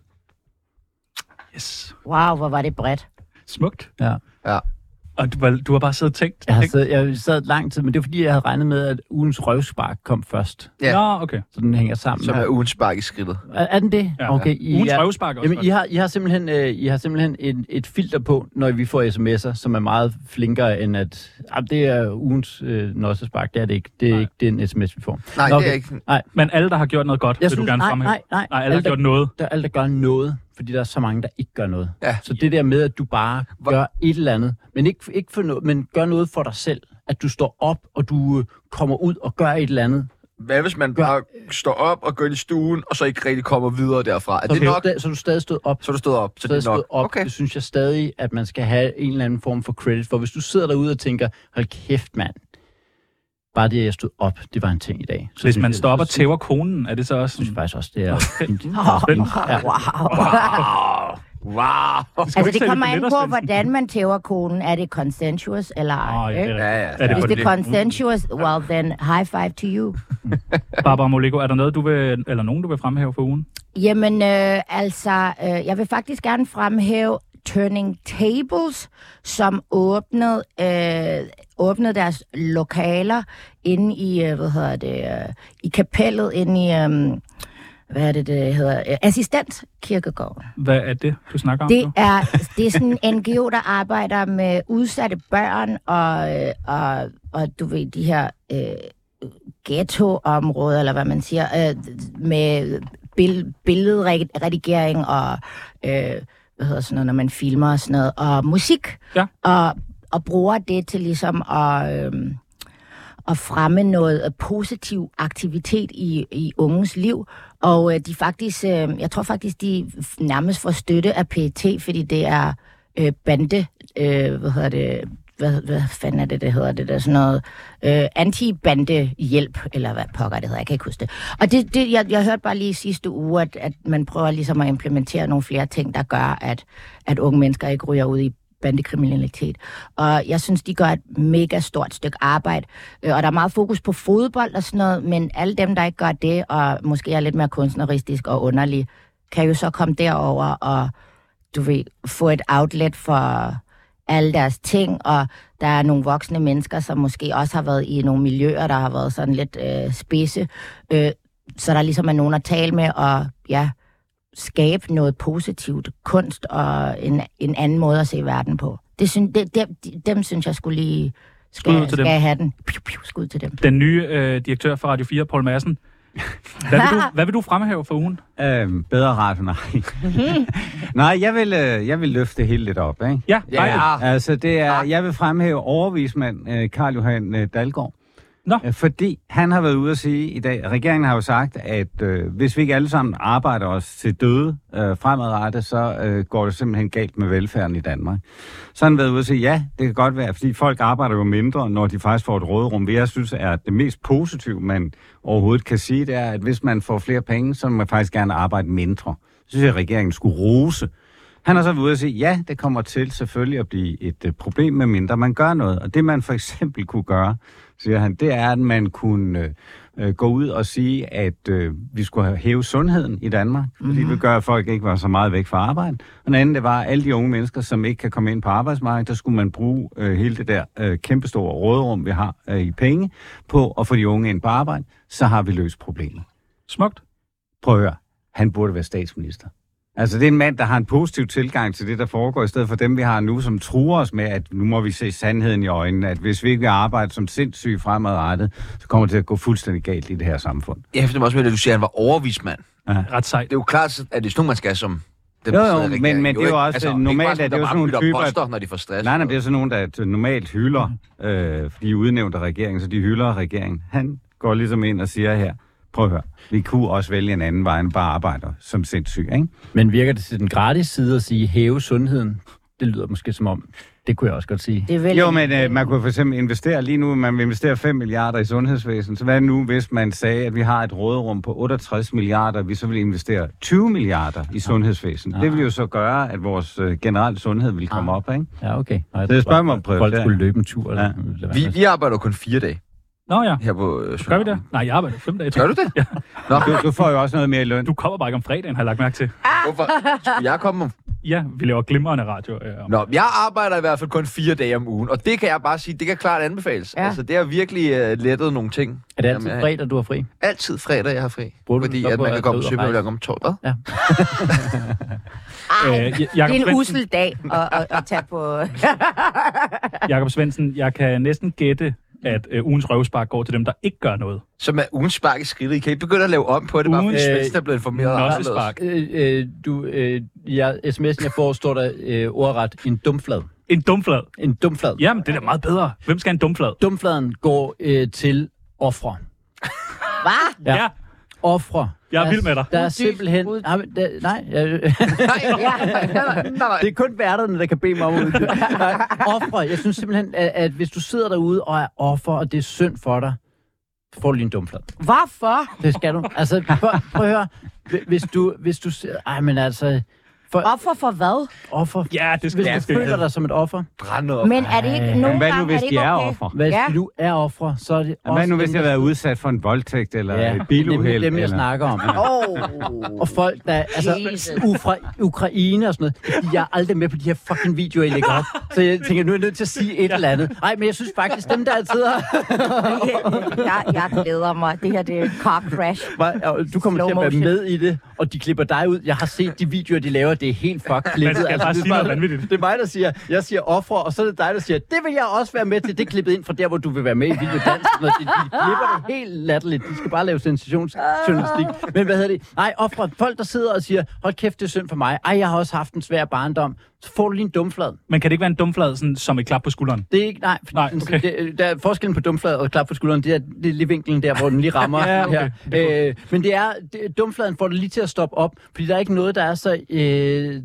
Speaker 3: Yes.
Speaker 7: Wow, hvor var det bredt.
Speaker 3: Smukt.
Speaker 6: Ja.
Speaker 4: Ja.
Speaker 3: Og du, var- du har bare siddet og tænkt.
Speaker 6: Jeg, har
Speaker 3: tænkt.
Speaker 6: sad, jeg sad lang tid, men det er fordi, jeg havde regnet med, at ugens røvspark kom først.
Speaker 4: Ja.
Speaker 3: Nå, okay.
Speaker 6: Så den hænger sammen.
Speaker 4: Som
Speaker 6: her.
Speaker 4: er ugen spark i skridtet.
Speaker 6: er, er den det?
Speaker 3: Ja.
Speaker 6: Okay,
Speaker 3: I, ugens
Speaker 6: er-
Speaker 3: ja. røvspark er også
Speaker 6: Jamen, I
Speaker 3: Jamen,
Speaker 6: har, I har simpelthen, øh, I har simpelthen et, et filter på, når vi får sms'er, som er meget flinkere end at... Ah, det er ugens øh, nossespark, det er det ikke. Det er
Speaker 3: Nej.
Speaker 6: ikke den sms, vi får.
Speaker 4: Nej,
Speaker 6: Nå,
Speaker 4: det er
Speaker 6: okay.
Speaker 4: ikke...
Speaker 3: Men alle, der har gjort noget godt, jeg vil synes, du gerne
Speaker 6: nej,
Speaker 3: fremhæve.
Speaker 6: nej, nej,
Speaker 3: nej, alle har gjort noget.
Speaker 6: der, alle, der gør noget, fordi der er så mange, der ikke gør noget.
Speaker 4: Ja.
Speaker 6: Så det der med, at du bare
Speaker 4: Hvor-
Speaker 6: Hvor... gør et eller andet, men ikke, ikke for noget, men gør noget for dig selv, at du står op, og du øh, kommer ud og gør et eller andet,
Speaker 4: Hvad hvis man bare står op og går ind i stuen, og så ikke rigtig kommer videre derfra? Er
Speaker 6: Så,
Speaker 4: det
Speaker 6: okay.
Speaker 4: nok?
Speaker 6: du, sta- så du stadig stod op.
Speaker 4: Så er du stået op, så
Speaker 6: stadig
Speaker 4: det er
Speaker 6: stod
Speaker 4: nok.
Speaker 6: op. Okay.
Speaker 4: Okay.
Speaker 6: Det synes jeg stadig, at man skal have en eller anden form for credit for. Hvis du sidder derude og tænker, hold kæft mand, bare det, at jeg stod op, det var en ting i dag. Så
Speaker 3: Hvis
Speaker 6: synes
Speaker 3: man
Speaker 6: jeg-
Speaker 3: stopper og
Speaker 6: så synes-
Speaker 3: tæver konen, er det så også...
Speaker 6: synes jeg
Speaker 3: sådan-
Speaker 6: faktisk også, det er fint.
Speaker 7: Wow. wow.
Speaker 3: vi
Speaker 7: Altså,
Speaker 3: ikke
Speaker 7: det
Speaker 3: sælge
Speaker 7: kommer an
Speaker 3: billetter,
Speaker 7: på,
Speaker 3: Svendsen?
Speaker 7: hvordan man tæver konen. Er det consensuous eller ej?
Speaker 3: Åh, ja,
Speaker 7: ikke?
Speaker 3: det er
Speaker 4: Ja, ja.
Speaker 3: rigtigt. Er det Mm.
Speaker 7: Hvis
Speaker 3: kun
Speaker 7: det er consensuous, well then, high five to you.
Speaker 3: Barbara Moleko, er der noget, du vil, eller nogen, du vil fremhæve for ugen?
Speaker 7: Jamen, øh, altså, øh, jeg vil faktisk gerne fremhæve Turning Tables, som åbnede, øh, åbnede deres lokaler inde i, øh, hvad hedder det, øh, i kapellet inde i, øh, hvad er det, det hedder, øh, assistentkirkegården.
Speaker 3: Hvad er det, du snakker om nu?
Speaker 7: Det er, det er sådan en NGO, der arbejder med udsatte børn og, øh, og, og du ved, de her øh, ghettoområder, eller hvad man siger, øh, med bill- billedredigering og, øh, hvad hedder sådan noget, når man filmer og sådan noget, og musik.
Speaker 3: Ja.
Speaker 7: Og, og bruger det til ligesom at... Øh, at fremme noget øh, positiv aktivitet i, i unges liv. Og øh, de faktisk, øh, jeg tror faktisk, de f- nærmest får støtte af PET, fordi det er øh, bande, øh, hvad hedder det, hvad, hvad fanden er det, det hedder det der, sådan noget øh, antibandehjælp, eller hvad pokker det hedder, jeg kan ikke huske det. Og det, det jeg, jeg hørte bare lige i sidste uge, at, at man prøver ligesom at implementere nogle flere ting, der gør, at, at unge mennesker ikke ryger ud i bandekriminalitet. Og jeg synes, de gør et mega stort stykke arbejde. Øh, Og der er meget fokus på fodbold og sådan noget, men alle dem, der ikke gør det, og måske er lidt mere kunstneristisk og underlig, kan jo så komme derover og du ved, få et outlet for alle deres ting, og der er nogle voksne mennesker, som måske også har været i nogle miljøer, der har været sådan lidt øh, spidse, øh, så der ligesom er nogen at tale med, og ja, skabe noget positivt kunst og en, en anden måde at se verden på. Det syn, det, dem, de- dem synes jeg skulle lige skal,
Speaker 3: Skud ud til
Speaker 7: skal
Speaker 3: dem.
Speaker 7: have den. Piu, piu, skud til dem.
Speaker 3: Den nye øh, direktør for Radio 4, Paul Madsen. Hvad vil, du, hvad vil du fremhæve for ugen?
Speaker 5: Øhm, bedre radio, nej. nej, jeg vil, øh, jeg vil løfte det hele lidt op, ikke?
Speaker 3: Ja, dejligt.
Speaker 4: Ja, Ah.
Speaker 5: Altså, det er, jeg vil fremhæve overvismand øh, Karl Johan øh, Dalgaard.
Speaker 3: Nå.
Speaker 5: Øh, Fordi han har været ude at sige i dag, regeringen har jo sagt, at øh, hvis vi ikke alle sammen arbejder os til døde øh, fremadrettet, så øh, går det simpelthen galt med velfærden i Danmark. Så har han været ude at sige, ja, det kan godt være, fordi folk arbejder jo mindre, når de faktisk får et råderum. Hvad jeg synes er det mest positive, man overhovedet kan sige, det er, at hvis man får flere penge, så må man faktisk gerne arbejde mindre. Det synes jeg, at regeringen skulle rose. Han har så været ude og sige, ja, det kommer til selvfølgelig at blive et øh, problem, medmindre man gør noget. Og det man for eksempel kunne gøre, siger han, det er, at man kunne øh, øh, gå ud og sige, at øh, vi skulle have- hæve sundheden i Danmark, fordi det gør, at folk ikke var så meget væk fra arbejde. Og den anden, det var alle de unge mennesker, som ikke kan komme ind på arbejdsmarkedet, der skulle man bruge øh, hele det der øh, kæmpestore råderum, vi har øh, i penge, på at få de unge ind på arbejde, så har vi løst problemet
Speaker 3: Smukt.
Speaker 5: prøv at høre, han burde være statsminister. Altså, det er en mand, der har en positiv tilgang til det, der foregår, i stedet for dem, vi har nu, som truer os med, at nu må vi se sandheden i øjnene, at hvis vi ikke vil arbejde som sindssyge fremadrettet, så kommer det til at gå fuldstændig galt i det her samfund.
Speaker 4: Jeg hæfter mig også med, at du siger, at han var overvismand.
Speaker 3: Ret sejt.
Speaker 4: Det er jo klart, at det er sådan nogle, man skal som... Dem,
Speaker 5: Jo,
Speaker 4: der
Speaker 5: jo,
Speaker 4: sidder i
Speaker 5: men-
Speaker 4: regeringen,
Speaker 5: men det er jo
Speaker 4: ikke? altså,
Speaker 5: også, øh,
Speaker 4: ikke bare
Speaker 5: normalt
Speaker 4: sådan,
Speaker 5: er det jo
Speaker 4: der bare
Speaker 5: sådan nogle
Speaker 4: bytter
Speaker 5: typer, at-
Speaker 4: poster, når de får stress.
Speaker 5: Nej, nej, det er sådan nogen, der t- normalt hylder, øh, de er udnævnt af regeringen, så de hylder regeringen. Han går ligesom ind og siger her, prøv at høre, vi kunne også vælge en anden vej end bare arbejder som sindssyg, ikke?
Speaker 6: Men virker det til den gratis side at sige, hæve sundheden? Det lyder måske som om, det kunne jeg også godt sige.
Speaker 7: Det er vel
Speaker 5: Jo, men øh, man kunne for eksempel investere lige nu, man vil investere 5 milliarder i sundhedsvæsenet. Så hvad nu, hvis man sagde, at vi har et råderum på 68 milliarder, vi så vil investere 20 milliarder i sundhedsvæsenet? Det vil jo så gøre, at vores øh, generelle sundhed vil komme op, ikke?
Speaker 6: Ja, okay. Nej, jeg
Speaker 5: Det er et
Speaker 6: tror bare,
Speaker 5: spørgsmål om
Speaker 6: Folk
Speaker 5: prioritering.
Speaker 6: skulle løbe en tur. Eller,
Speaker 5: Ja.
Speaker 6: eller hvad
Speaker 4: Vi,
Speaker 6: man siger.
Speaker 4: vi arbejder jo kun fire dage
Speaker 3: Nå ja,
Speaker 4: her på... Øh,
Speaker 3: gør vi
Speaker 4: Sønderhavn.
Speaker 3: det? Nej, jeg arbejder fem dage.
Speaker 4: Gør du det? Ja. Nå,
Speaker 5: Du, du får jo også noget mere i løn.
Speaker 3: Du kommer bare ikke om fredagen, har jeg lagt mærke til.
Speaker 4: hvorfor skulle jeg komme om
Speaker 3: Ja, vi laver glimrende radio. Øh, om-
Speaker 4: Nå, men jeg arbejder i hvert fald kun fire dage om ugen, og det kan jeg bare sige, det kan klart anbefales. Ja.
Speaker 7: Ja.
Speaker 4: Altså, det har virkelig uh, lettet nogle ting.
Speaker 6: Er det altid
Speaker 4: Jamen, jeg-
Speaker 6: fredag, du har fri?
Speaker 4: Altid fredag, jeg har fri.
Speaker 6: Bruger du den
Speaker 4: fordi
Speaker 6: så
Speaker 4: at
Speaker 6: på
Speaker 4: man
Speaker 6: at
Speaker 4: kan komme
Speaker 6: tage
Speaker 4: til
Speaker 6: ud og rejse?
Speaker 4: Søberløk om torsdag.
Speaker 7: ej,
Speaker 3: Øh, Ja-
Speaker 7: det er
Speaker 3: Jakob
Speaker 7: en
Speaker 3: Svendsen.
Speaker 7: usel dag at, at, at tage på...
Speaker 3: Jakob Svendsen, jeg kan næsten gætte, at øh, ugens røvspark går til dem, der ikke gør noget.
Speaker 4: Som er ugen spark i skridtet. I kan ikke begynde at lave om på det, bare
Speaker 3: Ugens-
Speaker 4: fordi
Speaker 6: Øh,
Speaker 4: Svendsen er blevet informeret anderledes.
Speaker 3: Nossespark.
Speaker 6: Øh, øh, du, øh, jeg, sms'en, jeg får, står der øh, ordret en dumflad.
Speaker 3: En dumflad.
Speaker 6: En dumflad.
Speaker 3: Jamen, det er da meget bedre. Hvem skal have en dumflad?
Speaker 6: Dumfladen går øh, til ofre. Ja.
Speaker 7: Hvad?
Speaker 3: Ja,
Speaker 6: Offre.
Speaker 3: Jeg er
Speaker 6: Der
Speaker 3: vild med dig.
Speaker 6: Der er
Speaker 7: Uddyb,
Speaker 6: simpelthen...
Speaker 7: uddyb.
Speaker 6: Nej, men der, nej, jeg,
Speaker 4: Nej, nej, nej, nej, nej.
Speaker 6: det er kun værterne, der kan bede mig om at uddybe. Nej, Offre. Jeg synes simpelthen, at, at hvis du sidder derude og er offer, og det er synd for dig, så får du lige en dumflad.
Speaker 7: Hvorfor?
Speaker 6: Det skal du. Altså, prøv, prøv at høre. Hvi- Hvis du, hvis du... ser- Ej, men altså... For,
Speaker 7: Hvorfor for hvad?
Speaker 6: offer.
Speaker 3: ja det skal
Speaker 6: Hvis
Speaker 3: jeg
Speaker 6: du føler dig som et offer,
Speaker 4: Brænde op.
Speaker 7: Men er det ikke
Speaker 6: Ej.
Speaker 7: nogen
Speaker 5: Øh, Men hvad nu,
Speaker 7: gange,
Speaker 5: hvis
Speaker 7: er det
Speaker 5: de
Speaker 7: ikke
Speaker 5: er
Speaker 7: okay?
Speaker 5: offer?
Speaker 6: Hvis
Speaker 7: Ja.
Speaker 6: ja. du er offer, så er det
Speaker 5: Og
Speaker 6: også...
Speaker 5: Hvad nu, hvis
Speaker 6: dem,
Speaker 5: jeg har
Speaker 6: der-
Speaker 5: været udsat for en voldtægt eller ja. et biluheld?
Speaker 6: Dem, dem jeg
Speaker 5: eller...
Speaker 6: snakker om.
Speaker 7: Åh.
Speaker 6: Og folk, der
Speaker 7: Jesus.
Speaker 6: altså, ufra, Ukraine og sådan noget, de- jeg er aldrig med på de her fucking videoer, I lægger op. Så jeg tænker, nu er jeg nødt til at sige et eller andet. Nej, men jeg synes faktisk, dem der altid har...
Speaker 7: jeg, jeg glæder mig. Det her, det er car crash.
Speaker 6: Og Du kommer
Speaker 7: Slow
Speaker 6: til at være
Speaker 7: motion.
Speaker 6: med i det, og de klipper dig ud. Jeg har set de videoer, de laver, det er helt fuck
Speaker 3: Man
Speaker 6: klippet. altså,
Speaker 3: skal bare
Speaker 6: det,
Speaker 3: sige
Speaker 6: er
Speaker 3: noget vanvittigt.
Speaker 6: det er mig, der siger, jeg siger offer, og så er det dig, der siger, det vil jeg også være med til. Det er klippet ind fra der, hvor du vil være med i videodansen, og de, de klipper det helt latterligt. De skal bare lave sensationsjournalistik. Men hvad hedder det? Nej, offer. Folk, der sidder og siger, hold kæft, det er synd for mig. Ej, jeg har også haft en svær barndom. Så får du lige en dumflad.
Speaker 3: Men kan det ikke være en dumflad sådan, som et klap på skulderen?
Speaker 6: Det er ikke, nej, fordi
Speaker 3: Nej,
Speaker 6: nej, okay.
Speaker 3: okay.
Speaker 6: det, øh, der er forskellen på dumflad og klap på skulderen, det er, det er lige vinklen der, hvor den lige rammer
Speaker 3: Ja, okay.
Speaker 6: her. Øh, men det er, det, dumfladen får det lige til at stoppe op, fordi der er ikke noget, der er så, øh,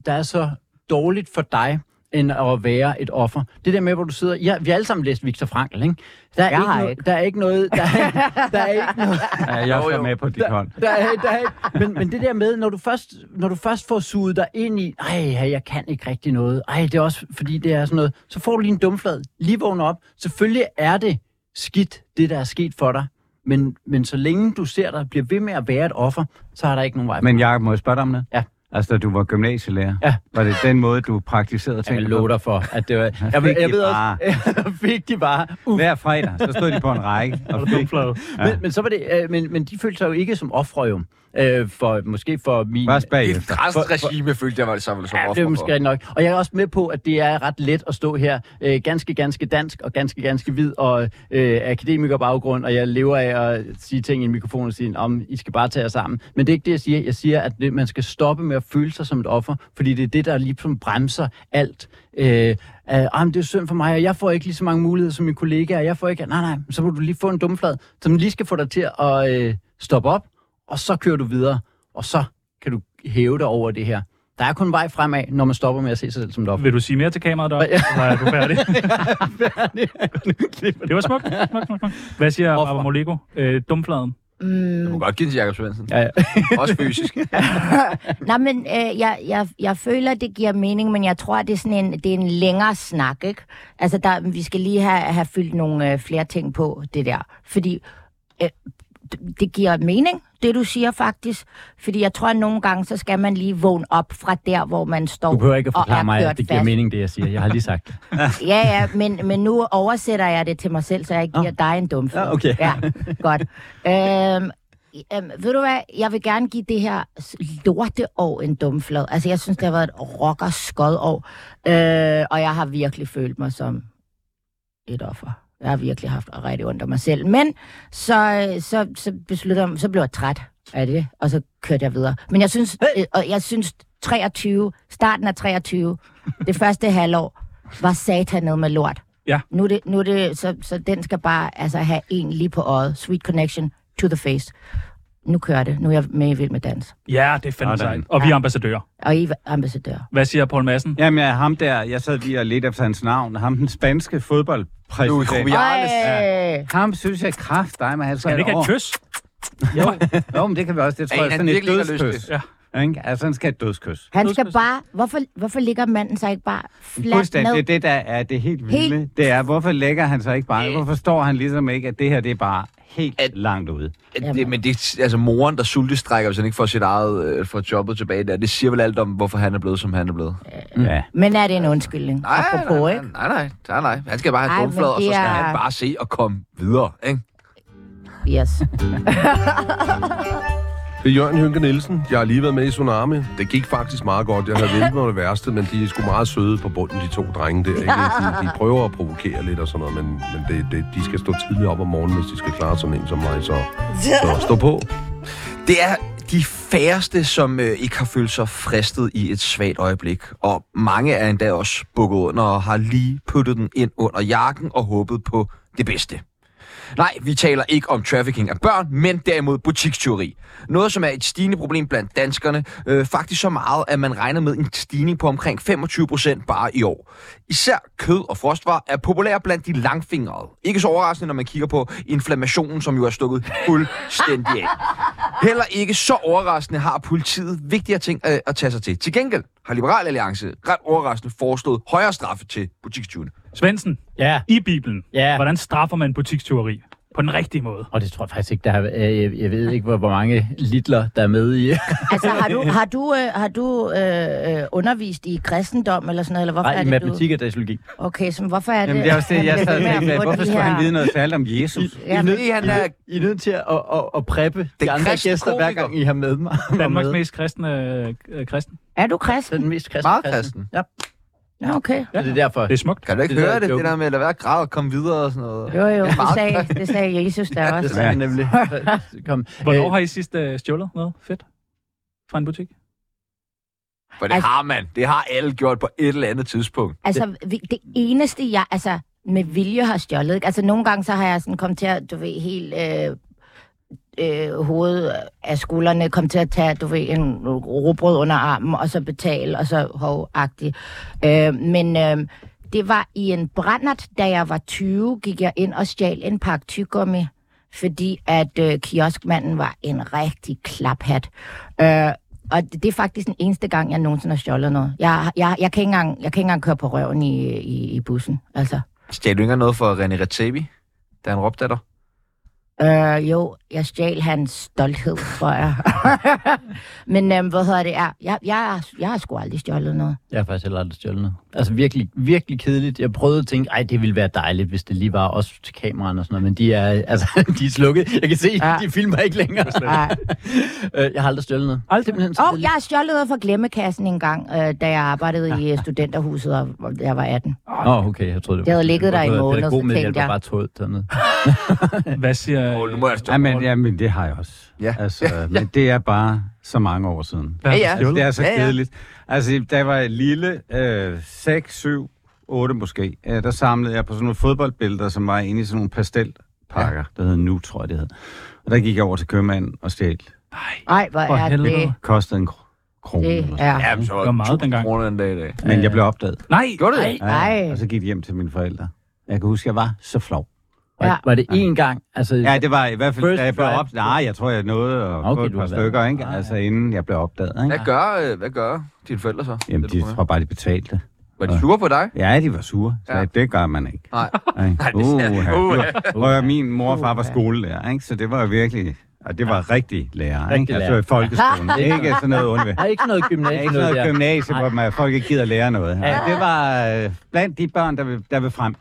Speaker 6: der er så dårligt for dig, end at være et offer. Det der med, hvor du sidder... Ja, vi har alle sammen læst Viktor Frankl, ikke? Der er,
Speaker 7: Jeg
Speaker 6: ikke,
Speaker 7: har
Speaker 6: noget,
Speaker 7: ikke.
Speaker 6: der er ikke noget... Der er, der er ikke noget...
Speaker 5: Ja, jeg er
Speaker 4: Jo,
Speaker 5: også
Speaker 4: jo.
Speaker 5: med på dit hold.
Speaker 6: Der er, der er ikke. Men, men det der med, når du først, når du først får suget dig ind i, ej, ja, jeg kan ikke rigtig noget, ej, det er også fordi, det er sådan noget, så får du lige en dumflad, lige vågner op. Selvfølgelig er det skidt, det der er sket for dig, men, men så længe du ser dig bliver ved med at være et offer, så er der ikke nogen vej.
Speaker 5: Men Jacob, må jeg spørge dig om noget?
Speaker 6: Ja.
Speaker 5: Altså, da du var gymnasielærer,
Speaker 6: Ja.
Speaker 5: var det den måde, du praktiserede
Speaker 6: jeg
Speaker 5: ting?
Speaker 6: vil love dig for, at det var... Jeg, jeg, jeg
Speaker 5: Vigtig
Speaker 6: ved
Speaker 5: vare.
Speaker 6: også, vigtig bare. Uh,
Speaker 5: Hver fredag, så stod de på en række og fik
Speaker 3: Dumflad.
Speaker 5: Ja.
Speaker 6: men, men, så var det, øh, men, men de følte sig jo ikke som ofre jo. Øh, for, måske for min...
Speaker 5: først
Speaker 4: Et
Speaker 5: bagefter.
Speaker 4: krast regime følte jeg mig sammen som
Speaker 6: Ja,
Speaker 4: offer
Speaker 6: det er
Speaker 4: for.
Speaker 6: måske rigtigt nok. Og jeg er også med på, at det er ret let at stå her, øh, ganske, ganske dansk og ganske, ganske hvid og øh, akademiker baggrund, og jeg lever af at sige ting i en mikrofon og sige, om I skal bare tage jer sammen. Men det er ikke det, jeg siger. Jeg siger, at det, man skal stoppe med at føle sig som et offer, fordi det er det, der ligesom bremser alt. Øh, øh, ah, men det er synd for mig, og jeg får ikke lige så mange muligheder som mine kollegaer, og jeg får ikke... Nej, nej, så må du lige få en dumflad, som lige skal få dig til at øh, stoppe op, og så kører du videre, og så kan du hæve dig over det her. Der er kun vej fremad, når man stopper med at se sig selv som et offer.
Speaker 3: Vil du sige mere til kameraet deroppe?
Speaker 6: Ja.
Speaker 3: Eller er du færdig? Det var smukt. smukt, smukt, smukt. Hvad siger
Speaker 6: Offer.
Speaker 3: Barbara Molego? Øh, dumfladen.
Speaker 7: Mm.
Speaker 4: Du må godt give den til Jacob Svendsen.
Speaker 6: Ja, ja.
Speaker 4: Også fysisk.
Speaker 7: Nej, men øh, jeg, jeg, jeg føler, det giver mening, men jeg tror, at det er sådan en, det er en længere snak, ikke? Altså, der, vi skal lige have, have fyldt nogle øh, flere ting på det der, fordi øh, d- det giver mening, det du siger faktisk, fordi jeg tror, at nogle gange, så skal man lige vågne op fra der, hvor man står
Speaker 6: Du behøver ikke at
Speaker 7: og er
Speaker 6: forklare mig,
Speaker 7: kørt
Speaker 6: at det giver
Speaker 7: fast.
Speaker 6: mening, det jeg siger. Jeg har lige sagt det.
Speaker 7: Ja, ja, men, men nu oversætter jeg det til mig selv, så jeg giver
Speaker 6: Nå.
Speaker 7: dig en dumfed.
Speaker 6: Ja, okay.
Speaker 7: Ja, godt. Øhm, øhm, ved du hvad, jeg vil gerne give det her s- lorteår en dumflad. Altså, jeg synes, det har været et rocker skod år, øh, og jeg har virkelig følt mig som et offer. Jeg har virkelig haft rigtig ondt af mig selv. Men så, øh, så, så besluttede jeg, så blev jeg træt af det, og så kørte jeg videre. Men jeg synes, øh, og jeg synes 23, starten af 23, det første halvår, var satan noget med lort.
Speaker 3: Ja.
Speaker 7: Nu er det, nu er det så, så den skal bare altså, have en lige på øjet. Sweet connection to the face. Nu kører det. Nu er jeg med i Vild med Dans.
Speaker 3: Ja, det er fandme
Speaker 5: Sådan.
Speaker 3: sejt. Og vi er ambassadører.
Speaker 7: Og I er ambassadør.
Speaker 3: Hvad siger Paul Madsen?
Speaker 5: Jamen, ja, ham der, jeg sad lige og ledte efter hans navn. Ham, den spanske
Speaker 4: Louis
Speaker 5: fodboldpræsident.
Speaker 4: Rubiales.
Speaker 7: Ej,
Speaker 5: Ham synes jeg kraft dig med halvtreds
Speaker 3: Kan
Speaker 5: år.
Speaker 3: det ikke have et kys?
Speaker 5: Jo, jo, men det kan vi også. Det tror
Speaker 4: Ja,
Speaker 5: jeg er
Speaker 4: han
Speaker 5: sådan et
Speaker 4: virkelig ikke har lyst
Speaker 5: dødskys.
Speaker 3: til
Speaker 5: Ja. Ikke? Altså, han skal have et dødskys.
Speaker 7: han skal bare... Hvorfor, hvorfor ligger manden så ikke bare fladt
Speaker 5: Fuldstændig. Det er
Speaker 7: ned?
Speaker 5: det, der er det helt vilde. Det er, hvorfor lægger han så ikke bare? Hvorfor står han ligesom ikke, at det her, det er bare helt
Speaker 4: At-
Speaker 5: langt ude?
Speaker 4: Det, men det er altså moren, der sultestrækker, hvis han ikke får sit eget, øh, får jobbet tilbage der. Det siger vel alt om, hvorfor han er blevet, som han er blevet.
Speaker 5: Ja.
Speaker 7: Men er det en undskyldning?
Speaker 4: Nej,
Speaker 7: Apropos,
Speaker 4: nej,
Speaker 7: ikke?
Speaker 4: nej, nej, nej, nej. Han skal bare
Speaker 7: Ej,
Speaker 4: have
Speaker 7: men
Speaker 4: dumflad, og så
Speaker 7: det
Speaker 4: skal
Speaker 7: er-
Speaker 4: han bare se og komme videre, ikke?
Speaker 7: Yes.
Speaker 10: Det er Jørgen Hynke Nielsen. Jeg har lige været med i Tsunami. Det gik faktisk meget godt. Jeg havde ventet mig det værste, men de er sgu meget søde på bunden, de to drenge der. Ikke? De, de prøver at provokere lidt og sådan noget, men, men det, det, de skal stå tidligt op om morgenen, hvis de skal klare sådan en som mig. Så, så stå på.
Speaker 4: Det er de færreste, som øh, ikke har følt sig fristet i et svagt øjeblik. Og mange er endda også bukket under og har lige puttet den ind under jakken og håbet på det bedste. Nej, vi taler ikke om trafficking af børn, men derimod butikstyveri. Noget, som er et stigende problem blandt danskerne, øh, faktisk så meget, at man regner med en stigning på omkring 25 procent bare i år. Især kød og frostvarer er populære blandt de langfingrede. Ikke så overraskende, når man kigger på inflammationen, som jo er stukket fuldstændig af. Heller ikke så overraskende har politiet vigtigere ting øh, at tage sig til. Til gengæld har Liberal Alliance ret overraskende foreslået højere straffe til butikstyvene.
Speaker 3: Svendsen,
Speaker 6: Ja,
Speaker 3: i Bibelen,
Speaker 6: Ja.
Speaker 3: hvordan straffer man butikstyveri? På den rigtige måde.
Speaker 6: og det tror jeg faktisk ikke, der er, øh, jeg, jeg ved ikke, hvor, hvor mange litler, der er med i.
Speaker 7: Altså, har du, har du, øh, har du øh, øh, undervist i kristendom eller sådan noget? Eller hvorfor
Speaker 6: Nej,
Speaker 7: er
Speaker 6: i
Speaker 7: det,
Speaker 6: matematik og datalogi.
Speaker 7: Du... Okay, så hvorfor er det...
Speaker 5: Jamen, det er også det,
Speaker 7: han
Speaker 5: jeg
Speaker 7: bliver
Speaker 5: sad
Speaker 7: ved med
Speaker 5: med.
Speaker 7: at få
Speaker 5: Hvorfor
Speaker 7: de
Speaker 5: skulle
Speaker 7: her-
Speaker 5: han vide noget særligt om Jesus?
Speaker 7: Ja, men-
Speaker 4: Fordi han er
Speaker 6: I er nødt til at, at, at preppe
Speaker 4: Den
Speaker 6: de andre
Speaker 4: kristne
Speaker 6: gæster, hver
Speaker 4: komiker.
Speaker 6: gang I har med mig.
Speaker 3: Danmarks
Speaker 6: med.
Speaker 3: mest kristne øh, øh, kristen.
Speaker 7: Er du kristen?
Speaker 6: Den mest kristne.
Speaker 4: meget
Speaker 6: kristne.
Speaker 4: kristen.
Speaker 6: Ja,
Speaker 7: Nå, okay.
Speaker 6: så det er derfor.
Speaker 3: Det er smukt.
Speaker 4: Kan du ikke
Speaker 6: Det
Speaker 4: det
Speaker 6: der
Speaker 4: høre det,
Speaker 6: joke.
Speaker 4: det der med at lade være at græde og komme videre og sådan noget?
Speaker 7: Jo, jo, det
Speaker 4: Meget
Speaker 7: sagde, det sagde Jesus der
Speaker 6: det
Speaker 7: også.
Speaker 6: sagde jeg nemlig. Så Kom.
Speaker 3: Hvornår
Speaker 6: Øh,
Speaker 3: har I sidst øh, stjålet noget fedt fra en butik?
Speaker 4: For det
Speaker 7: Altså-
Speaker 4: har man. Det har alle gjort på et eller andet tidspunkt.
Speaker 7: Altså, vi- det eneste, jeg altså, med vilje har stjålet, ikke? altså nogle gange så har jeg sådan kommet til at, du ved, helt øh, øh, hovedet af skuldrene, kom til at tage, du ved, en robrød under armen, og så betale, og så hovagtigt. Øh, men øh, det var i en brændert, da jeg var 20, gik jeg ind og stjal en pakke tyggegummi, fordi at øh, kioskmanden var en rigtig klaphat. Øh, og det, det er faktisk den eneste gang, jeg nogensinde har stjålet noget. Jeg, jeg, jeg, kan, ikke engang, jeg kan ikke engang køre på røven i, i, i bussen. Altså,
Speaker 4: Stjal du ikke noget for René Retsebi, da han råbte af dig?
Speaker 7: øh, jo, jeg stjal hans stolthed, tror jeg. Men øhm, hvad hedder det? Jeg, jeg, jeg, jeg har sgu aldrig stjålet noget.
Speaker 6: Jeg har faktisk heller aldrig stjålet noget. Altså virkelig, virkelig kedeligt. Jeg prøvede at tænke, ej, det ville være dejligt, hvis det lige var også til kameraerne og sådan noget, men de er, altså, de er slukket. Jeg kan se,
Speaker 7: Ja.
Speaker 6: ja. de filmer ikke længere.
Speaker 7: Nej.
Speaker 6: Øh, jeg har aldrig stjålet noget. Aldrig? Simpelthen, så
Speaker 7: Og
Speaker 6: kedeligt.
Speaker 7: jeg har stjålet noget fra glemmekassen en gang, øh, da jeg arbejdede i øh, studenterhuset, og og jeg var 18.
Speaker 6: Nå, okay, jeg troede, det var...
Speaker 7: Det havde ligget der i en måned,
Speaker 6: så
Speaker 7: så tænkte
Speaker 6: tænkte jeg.
Speaker 7: jeg-
Speaker 6: bare tog dernede.
Speaker 3: Hvad siger...
Speaker 4: Åh, nu må jeg stå.
Speaker 5: Ja, men, ja, men det har jeg også.
Speaker 4: Ja.
Speaker 5: Altså, men det er bare så mange år siden.
Speaker 3: Hvad har du
Speaker 4: Ja, ja.
Speaker 3: stjålet?
Speaker 5: Altså, det er så
Speaker 4: Ja, ja.
Speaker 5: kedeligt. Altså, da jeg var lille, øh, 6, 7, 8 måske, øh, der samlede jeg på sådan nogle fodboldbilleder, som var inde i sådan nogle pastelpakker, ja. der hed Nu, tror jeg det hed. Og der gik jeg over til købmanden og stjal.
Speaker 7: Nej, hvor
Speaker 3: For
Speaker 7: er
Speaker 3: helvede.
Speaker 7: det?
Speaker 5: Kostede en kr- krone.
Speaker 7: Det
Speaker 5: eller sådan.
Speaker 7: er...
Speaker 4: Ja, men så
Speaker 3: Det var meget
Speaker 4: 1000
Speaker 3: dengang.
Speaker 4: kroner en dag i dag.
Speaker 5: Men jeg blev opdaget.
Speaker 3: Nej,
Speaker 4: Gjorde du det?
Speaker 5: Ja,
Speaker 7: Ej.
Speaker 5: og så gik jeg hjem til mine forældre. Jeg kan huske, jeg var så flov.
Speaker 7: Ja.
Speaker 6: Var, var det én gang? Altså,
Speaker 5: Ja, det var i hvert fald,
Speaker 6: First
Speaker 5: da jeg blev
Speaker 6: try.
Speaker 5: opdaget. Nej, jeg tror, jeg nåede at
Speaker 6: Okay,
Speaker 5: okay, få et
Speaker 6: du
Speaker 5: par
Speaker 6: har været-
Speaker 5: stykker, ikke?
Speaker 6: Ah,
Speaker 5: Altså, inden jeg blev opdaget, ikke?
Speaker 4: Hvad gør, øh, hvad gør dine forældre så?
Speaker 5: Jamen,
Speaker 4: Det,
Speaker 5: de
Speaker 4: du får med.
Speaker 5: tror bare, de betalte.
Speaker 4: Var de sure på dig?
Speaker 5: Ja, de var sure. Så
Speaker 4: Ja.
Speaker 5: ja. det gør man ikke.
Speaker 4: Nej.
Speaker 5: Nej. Uh, uh, uh, uh. Min mor og far var
Speaker 7: Uha.
Speaker 5: skolelærer, ikke? så det var jo virkelig... Og det var rigtig lærer, ikke?
Speaker 6: Rigtig
Speaker 5: Altså i folkeskolen. ikke sådan noget under...
Speaker 6: Der er ikke noget
Speaker 5: Ja,
Speaker 6: gymnasie.
Speaker 5: ikke sådan noget
Speaker 6: der.
Speaker 5: gymnasie,
Speaker 6: Nej.
Speaker 5: hvor man, folk ikke gider lære noget. Ja. Det var øh, blandt de børn, der vil, der vil frem.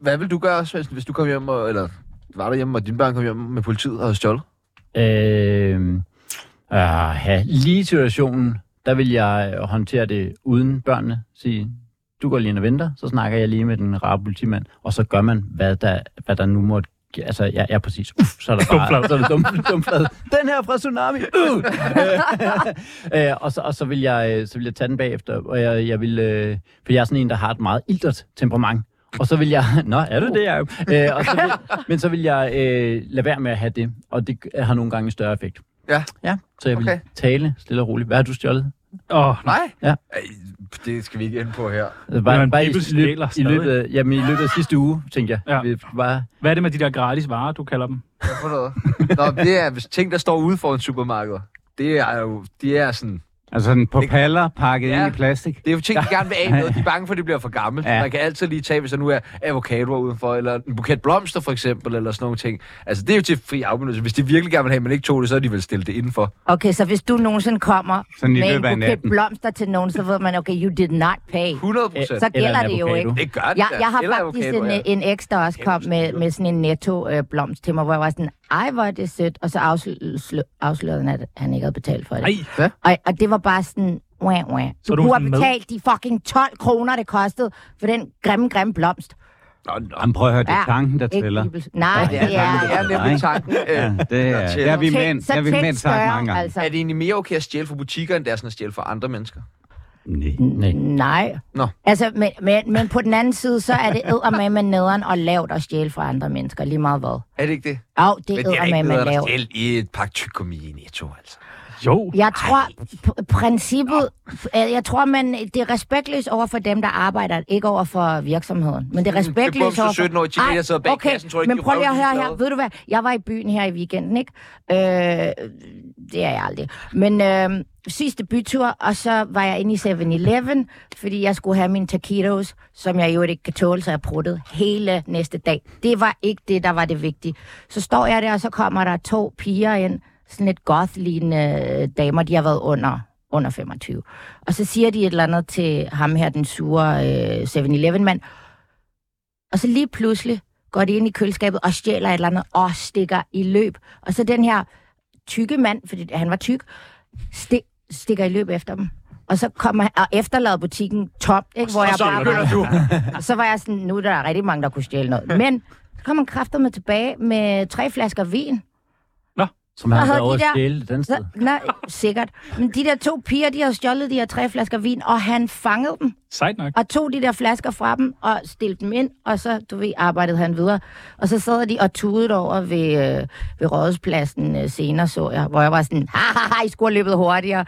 Speaker 4: Hvad vil du gøre, Svendsen, hvis du kom hjem og... Eller var du hjemme, og dine børn kom hjem med politiet og havde stjålet?
Speaker 6: Øh, ja, lige i situationen, der vil jeg øh, håndtere det uden børnene. Sige, du går lige ind og venter, så snakker jeg lige med den rare politimand, og så gør man, hvad der, hvad der nu måtte gi- Altså, ja, ja, præcis. Uff, så er der bare...
Speaker 3: Dumflad.
Speaker 6: så er der dum, dumflad. Den her fra Tsunami! Uh! Øh, og, så, og så, vil jeg, øh, så vil jeg tage den bagefter, og jeg, jeg vil, øh, for jeg er sådan en, der har et meget ildert temperament. Og så vil jeg... Nå, er du det, jeg
Speaker 4: Uh.
Speaker 6: øh, og så vil, Men så vil jeg øh, lade være med at have det, og det har nogle gange en større effekt.
Speaker 4: Ja.
Speaker 6: Ja, så jeg vil
Speaker 4: Okay.
Speaker 6: okay. tale stille og roligt. Hvad har du stjålet?
Speaker 3: Åh, nej.
Speaker 4: Nej?
Speaker 6: Ja.
Speaker 4: Ej, det skal vi ikke ind på her.
Speaker 6: Altså,
Speaker 3: Jamen, Bibel stjæler
Speaker 6: i,
Speaker 3: stadig.
Speaker 6: løbet af, jamen, i løbet af sidste uge, tænkte jeg.
Speaker 3: Ja.
Speaker 6: Ja. Vi bare,
Speaker 3: Hvad er det med de der gratis varer, du kalder dem?
Speaker 4: Hvad for noget? Nå, det er hvis ting, der står ude for en supermarked. Det er jo, det er sådan,
Speaker 5: Altså sådan på paller, pakket
Speaker 4: Ja.
Speaker 5: ja. ind i plastik.
Speaker 4: det er jo ting, de gerne vil af med, og de er bange for, at det bliver for gammelt. Ja.
Speaker 5: Ja.
Speaker 4: Man kan altid lige tage, hvis der nu er avocadoer udenfor, eller en buket blomster for eksempel, eller sådan nogle ting. Altså, det er jo til fri afbenyttelse. Hvis de virkelig gerne vil have, men ikke tog det, så er de vel stillet det indenfor.
Speaker 7: Okay, så hvis du nogensinde kommer
Speaker 5: Sådan i
Speaker 7: med en
Speaker 5: løbet af
Speaker 7: buket
Speaker 5: natten.
Speaker 7: blomster til nogen, så ved man, okay, you did not pay.
Speaker 4: 100 procent.
Speaker 7: Øh, Så
Speaker 6: Eller
Speaker 7: gælder
Speaker 6: en
Speaker 7: det jo
Speaker 6: avocado.
Speaker 7: ikke.
Speaker 4: Det gør det
Speaker 7: Jeg,
Speaker 4: da.
Speaker 7: jeg har
Speaker 4: Eller
Speaker 7: faktisk øh,
Speaker 4: avocado,
Speaker 7: en,
Speaker 4: ja.
Speaker 7: en eks, der også kom med, med sådan en netto-blomst til mig, hvor jeg var sådan, ej, hvor er det sødt. Og så afslø- afslørede han, at han ikke havde betalt for det.
Speaker 3: Nej.
Speaker 7: Og, og det var bare sådan, wah, wah.
Speaker 3: Så
Speaker 7: Du
Speaker 3: er du
Speaker 7: kunne
Speaker 3: sådan
Speaker 7: have
Speaker 3: med?
Speaker 7: betalt de fucking 12 kroner, det kostede for den grimme, grimme blomst.
Speaker 4: Nå, nå.
Speaker 5: Jamen prøv at høre, det er
Speaker 7: Ja,
Speaker 5: tanken, der
Speaker 7: Ikke
Speaker 5: tæller.
Speaker 7: Bibels- Nej,
Speaker 4: Det
Speaker 7: det
Speaker 4: er, det
Speaker 7: er...
Speaker 4: er nemlig tanken.
Speaker 5: Ja,
Speaker 4: Øh,
Speaker 5: det er, det er vi
Speaker 7: Tænk-
Speaker 5: mænd,
Speaker 7: så
Speaker 5: det er vi
Speaker 7: tænk
Speaker 5: mænd sagt
Speaker 7: større,
Speaker 5: mange gange.
Speaker 7: altså.
Speaker 4: Er det egentlig mere okay at stjæle for butikker, end det er sådan at stjæle for andre mennesker?
Speaker 5: Nej.
Speaker 6: Nej.
Speaker 7: Nej.
Speaker 4: Nå.
Speaker 7: Altså, men, men, men på den anden side, så er det eddermame med nederen og lavt at stjæle fra andre mennesker, lige meget hvad.
Speaker 4: Er det ikke det?
Speaker 7: Au, det
Speaker 4: Men
Speaker 7: er
Speaker 4: det er ikke
Speaker 7: eddermame med
Speaker 4: noget, der
Speaker 7: lavt.
Speaker 4: stjæl i et pakke tykkomi i Netto, altså.
Speaker 3: Jo,
Speaker 7: Jeg tror, p- princippet, øh, jeg tror, man, det er respektløst over for dem, der arbejder, ikke over for virksomheden. Men det er respektløst
Speaker 4: bumser
Speaker 7: over for...
Speaker 4: 17-årige teenager,
Speaker 7: Ej,
Speaker 4: der sidder bag
Speaker 7: okay,
Speaker 4: kassen, tror ikke,
Speaker 7: men
Speaker 4: de er
Speaker 7: prøv lige at høre
Speaker 4: røvsyge
Speaker 7: her.
Speaker 4: glade.
Speaker 7: Ved du hvad? Jeg var i byen her i weekenden, ikke? Øh, det er jeg aldrig. Men øh, sidste bytur, og så var jeg inde i 7-Eleven, fordi jeg skulle have mine taquitos, som jeg jo ikke kan tåle, så jeg pruttede hele næste dag. Det var ikke det, der var det vigtige. Så står jeg der, og så kommer der to piger ind, sådan lidt goth-lignende øh, damer, de har været under under 25. Og så siger de et eller andet til ham her, den sure øh, 7-Eleven-mand, og så lige pludselig går de ind i køleskabet og stjæler et eller andet og stikker i løb. Og så den her tykke mand, fordi han var tyk, sti stikker i løb efter dem. Og så kommer han og efterlader butikken tomt, ikke? Hvor jeg
Speaker 4: så
Speaker 7: bare
Speaker 4: begynder du.
Speaker 7: og så var jeg sådan, nu er der rigtig mange, der kunne stjæle noget. Men så kom han kræfter med tilbage med tre flasker vin.
Speaker 6: Som har
Speaker 7: Hvad
Speaker 6: været
Speaker 7: hedder
Speaker 6: over
Speaker 7: de
Speaker 6: at
Speaker 7: der?
Speaker 6: stjæle et andet sted.
Speaker 7: Så, nej, sikkert. Men de der to piger, de har stjålet de her tre flasker vin, og han fangede dem
Speaker 3: sejt nok.
Speaker 7: og tog de der flasker fra dem og stillede dem ind, og så, du ved, arbejdede han videre. Og så sad de og tudede over ved, øh, ved Rådhuspladsen øh, senere, så jeg, hvor jeg var sådan, ha, ha, ha, I skulle have løbet hurtigere.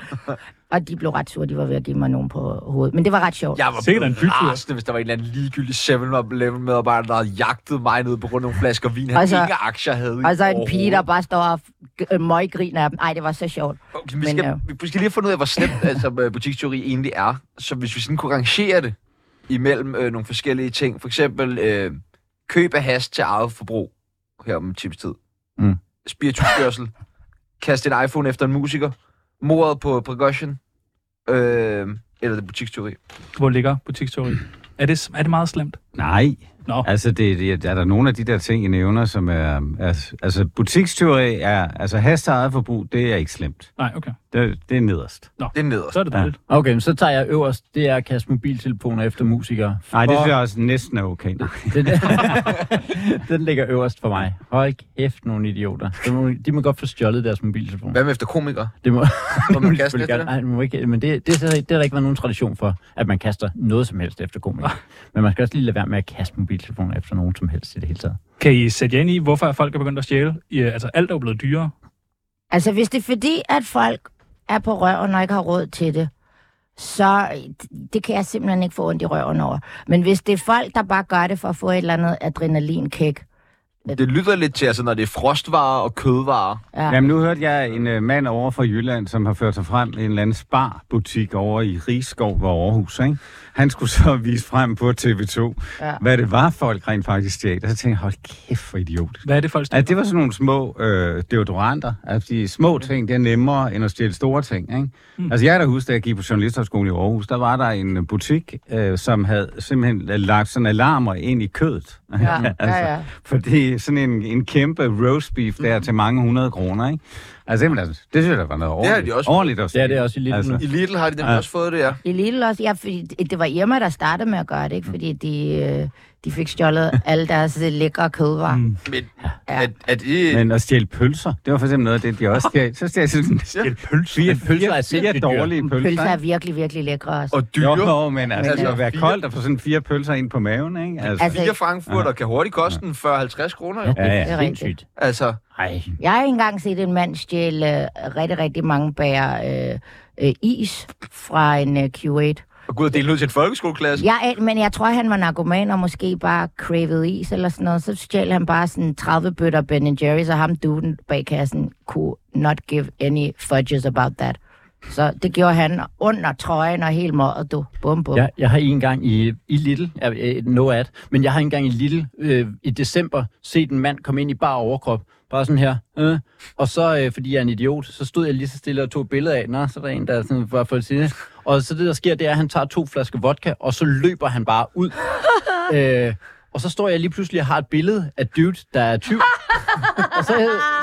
Speaker 7: og de blev ret sure, de var ved at give mig nogen på hovedet. Men det var ret sjovt.
Speaker 4: Jeg var
Speaker 3: Sikkert en bytur.
Speaker 4: rasende, hvis der var en eller anden ligegyldig 7-Eleven medarbejder, der havde jagtet mig ned på grund af nogle flasker vin, han
Speaker 7: Altså-
Speaker 4: altså, ikke aktier havde. i
Speaker 7: Og så en pige, der
Speaker 4: overhovedet.
Speaker 7: bare står og f- øh, møggriner af dem. Ej, det var så sjovt.
Speaker 4: Okay, øh, vi,
Speaker 7: Men,
Speaker 4: skal,
Speaker 7: ja.
Speaker 4: vi skal lige have fundet ud af, hvor slemt altså, øh, butiksteori egentlig er. Så hvis vi sådan kunne rangere det imellem øh, nogle forskellige ting, for eksempel øh, køb af hast til eget forbrug, her om tipstid,
Speaker 5: Mm.
Speaker 4: spirituskørsel, kast en iPhone efter en musiker, mordet på percussion, øh, eller det butiksteori.
Speaker 3: Hvor ligger butiksteori? Er det, er det meget slemt?
Speaker 5: Nej.
Speaker 3: Nå.
Speaker 5: Altså, det, det, er der nogle af de der ting, I nævner, som er... er altså, butikstyveri er... Altså, haste eget forbrug, det er ikke slemt.
Speaker 3: Nej, okay.
Speaker 5: Det, det er nederst.
Speaker 4: Det er nederst.
Speaker 3: Så er det
Speaker 5: Ja.
Speaker 3: dejligt.
Speaker 6: Okay, men så tager jeg øverst. Det er at kaste mobiltelefoner efter musikere.
Speaker 5: Nej, det
Speaker 6: Og-
Speaker 5: synes jeg også næsten er okay.
Speaker 6: Den, den ligger øverst for mig. Hold kæft, nogle idioter. De må, de må godt få stjålet deres mobiltelefon.
Speaker 4: Hvad med efter komikere?
Speaker 6: Det må,
Speaker 4: Må man kaste
Speaker 6: selvfølgelig
Speaker 4: efter
Speaker 6: gerne.
Speaker 4: det?
Speaker 6: Ej, man må ikke, men det, det, er, så- det har der ikke været nogen tradition for, at man kaster noget som helst efter komikere. Men man skal også lige lade være med at kaste mobiltelefoner efter nogen som helst i det hele taget.
Speaker 3: Kan I sætte jer ind i, hvorfor folk er begyndt at stjæle? I, øh, altså, alt er jo blevet dyrere.
Speaker 7: Altså, hvis det er fordi, at folk er på røven og ikke har råd til det, så det kan jeg simpelthen ikke få ondt i røven over. Men hvis det er folk, der bare gør det for at få et eller andet adrenalinkick,
Speaker 4: Det lyder lidt til, altså, når det er frostvarer og kødvarer.
Speaker 7: Ja.
Speaker 5: Jamen, nu hørte jeg en øh, mand over fra Jylland, som har ført sig frem i en eller anden sparbutik over i Rigskov ved Aarhus, ikke? Han skulle så vise frem på TV2,
Speaker 7: Ja.
Speaker 5: ja. hvad det var, folk rent faktisk stjal. Og så tænkte jeg, hold kæft for idiotisk.
Speaker 3: Hvad er det, folk stjæler?
Speaker 5: Altså, det var sådan nogle små øh, deodoranter. Altså, de små ting, det er nemmere end at stjæle store ting, ikke? Mm. Altså, jeg kan da huske, da jeg gik på Journalisterskolen i Aarhus, der var der en øh, butik, øh, som havde simpelthen lagt sådan alarmer ind i kødet.
Speaker 7: Ja, ja, ja.
Speaker 5: Altså,
Speaker 7: Mhm.
Speaker 5: Fordi sådan en, en kæmpe roast beef der mm. til mange hundrede kroner, ikke? Altså, det, altså, det synes jeg, der var
Speaker 4: har
Speaker 5: noget
Speaker 4: de
Speaker 5: ordentligt.
Speaker 4: også fået.
Speaker 5: ordentligt at Altså,
Speaker 6: Det er
Speaker 5: se.
Speaker 6: det også i Lidl nu.
Speaker 4: I Lidl har de nemlig også fået det, ja.
Speaker 7: I Lille også, ja, fordi det det var Irma, der startede med at gøre det, ikke? Fordi de, øh, de fik stjålet alle deres øh, lækre kødvarer. Mm.
Speaker 4: Men er, er det...
Speaker 5: Men at stjæle pølser, det var for eksempel noget af det, de også stjal. Så stjal sådan
Speaker 3: Stjæle pølser?
Speaker 5: fire,
Speaker 6: Men pølser er
Speaker 5: fire, fire
Speaker 6: sindssygt dyre.
Speaker 5: dårlige pølser.
Speaker 7: Pølser
Speaker 5: ikke?
Speaker 7: er virkelig, virkelig lækre også.
Speaker 4: Og dyre.
Speaker 5: Jo, jo, men altså,
Speaker 7: Men,
Speaker 5: det
Speaker 7: øh,
Speaker 5: at være
Speaker 4: fire-
Speaker 5: koldt og få sådan fire pølser ind på maven, ikke? Altså,
Speaker 7: Altså,
Speaker 4: Fire frankfurter kan hurtigt koste en 40-50 kroner, jo.
Speaker 6: Ja, det
Speaker 5: Ja, ja.
Speaker 6: er sindssygt.
Speaker 4: Altså,
Speaker 6: Ej,
Speaker 7: Jeg har ikke engang set en mand stjæle øh, rigtig, rigtig mange bager øh, øh, is fra en øh, Q8.
Speaker 4: og gud, det er ud til en folkeskoleklasse.
Speaker 7: Jeg, er- men jeg tror, han var narkoman og måske bare cravede is eller sådan noget. Så stjal han bare sådan 30 bøtter Ben Jerry's, og ham duden bag kassen kunne not give any fudges about that. Så det gjorde han under trøjen og helt måret, du. Bum, bum. Ja.
Speaker 6: Jeg, jeg har en gang i, i Little, ja, øh, no ad, men jeg har en gang i Little øh, i december set en mand komme ind i bar overkrop, bare sådan her, øh, og så, øh, fordi jeg er en idiot, så stod jeg lige så stille og tog billeder af, nå, så er der en, der sådan, var for at sige det. Og så det, der sker, det er, at han tager to flasker vodka, og så løber han bare ud. øh, og så står jeg lige pludselig og har et billede af dude, der er 20. Og så,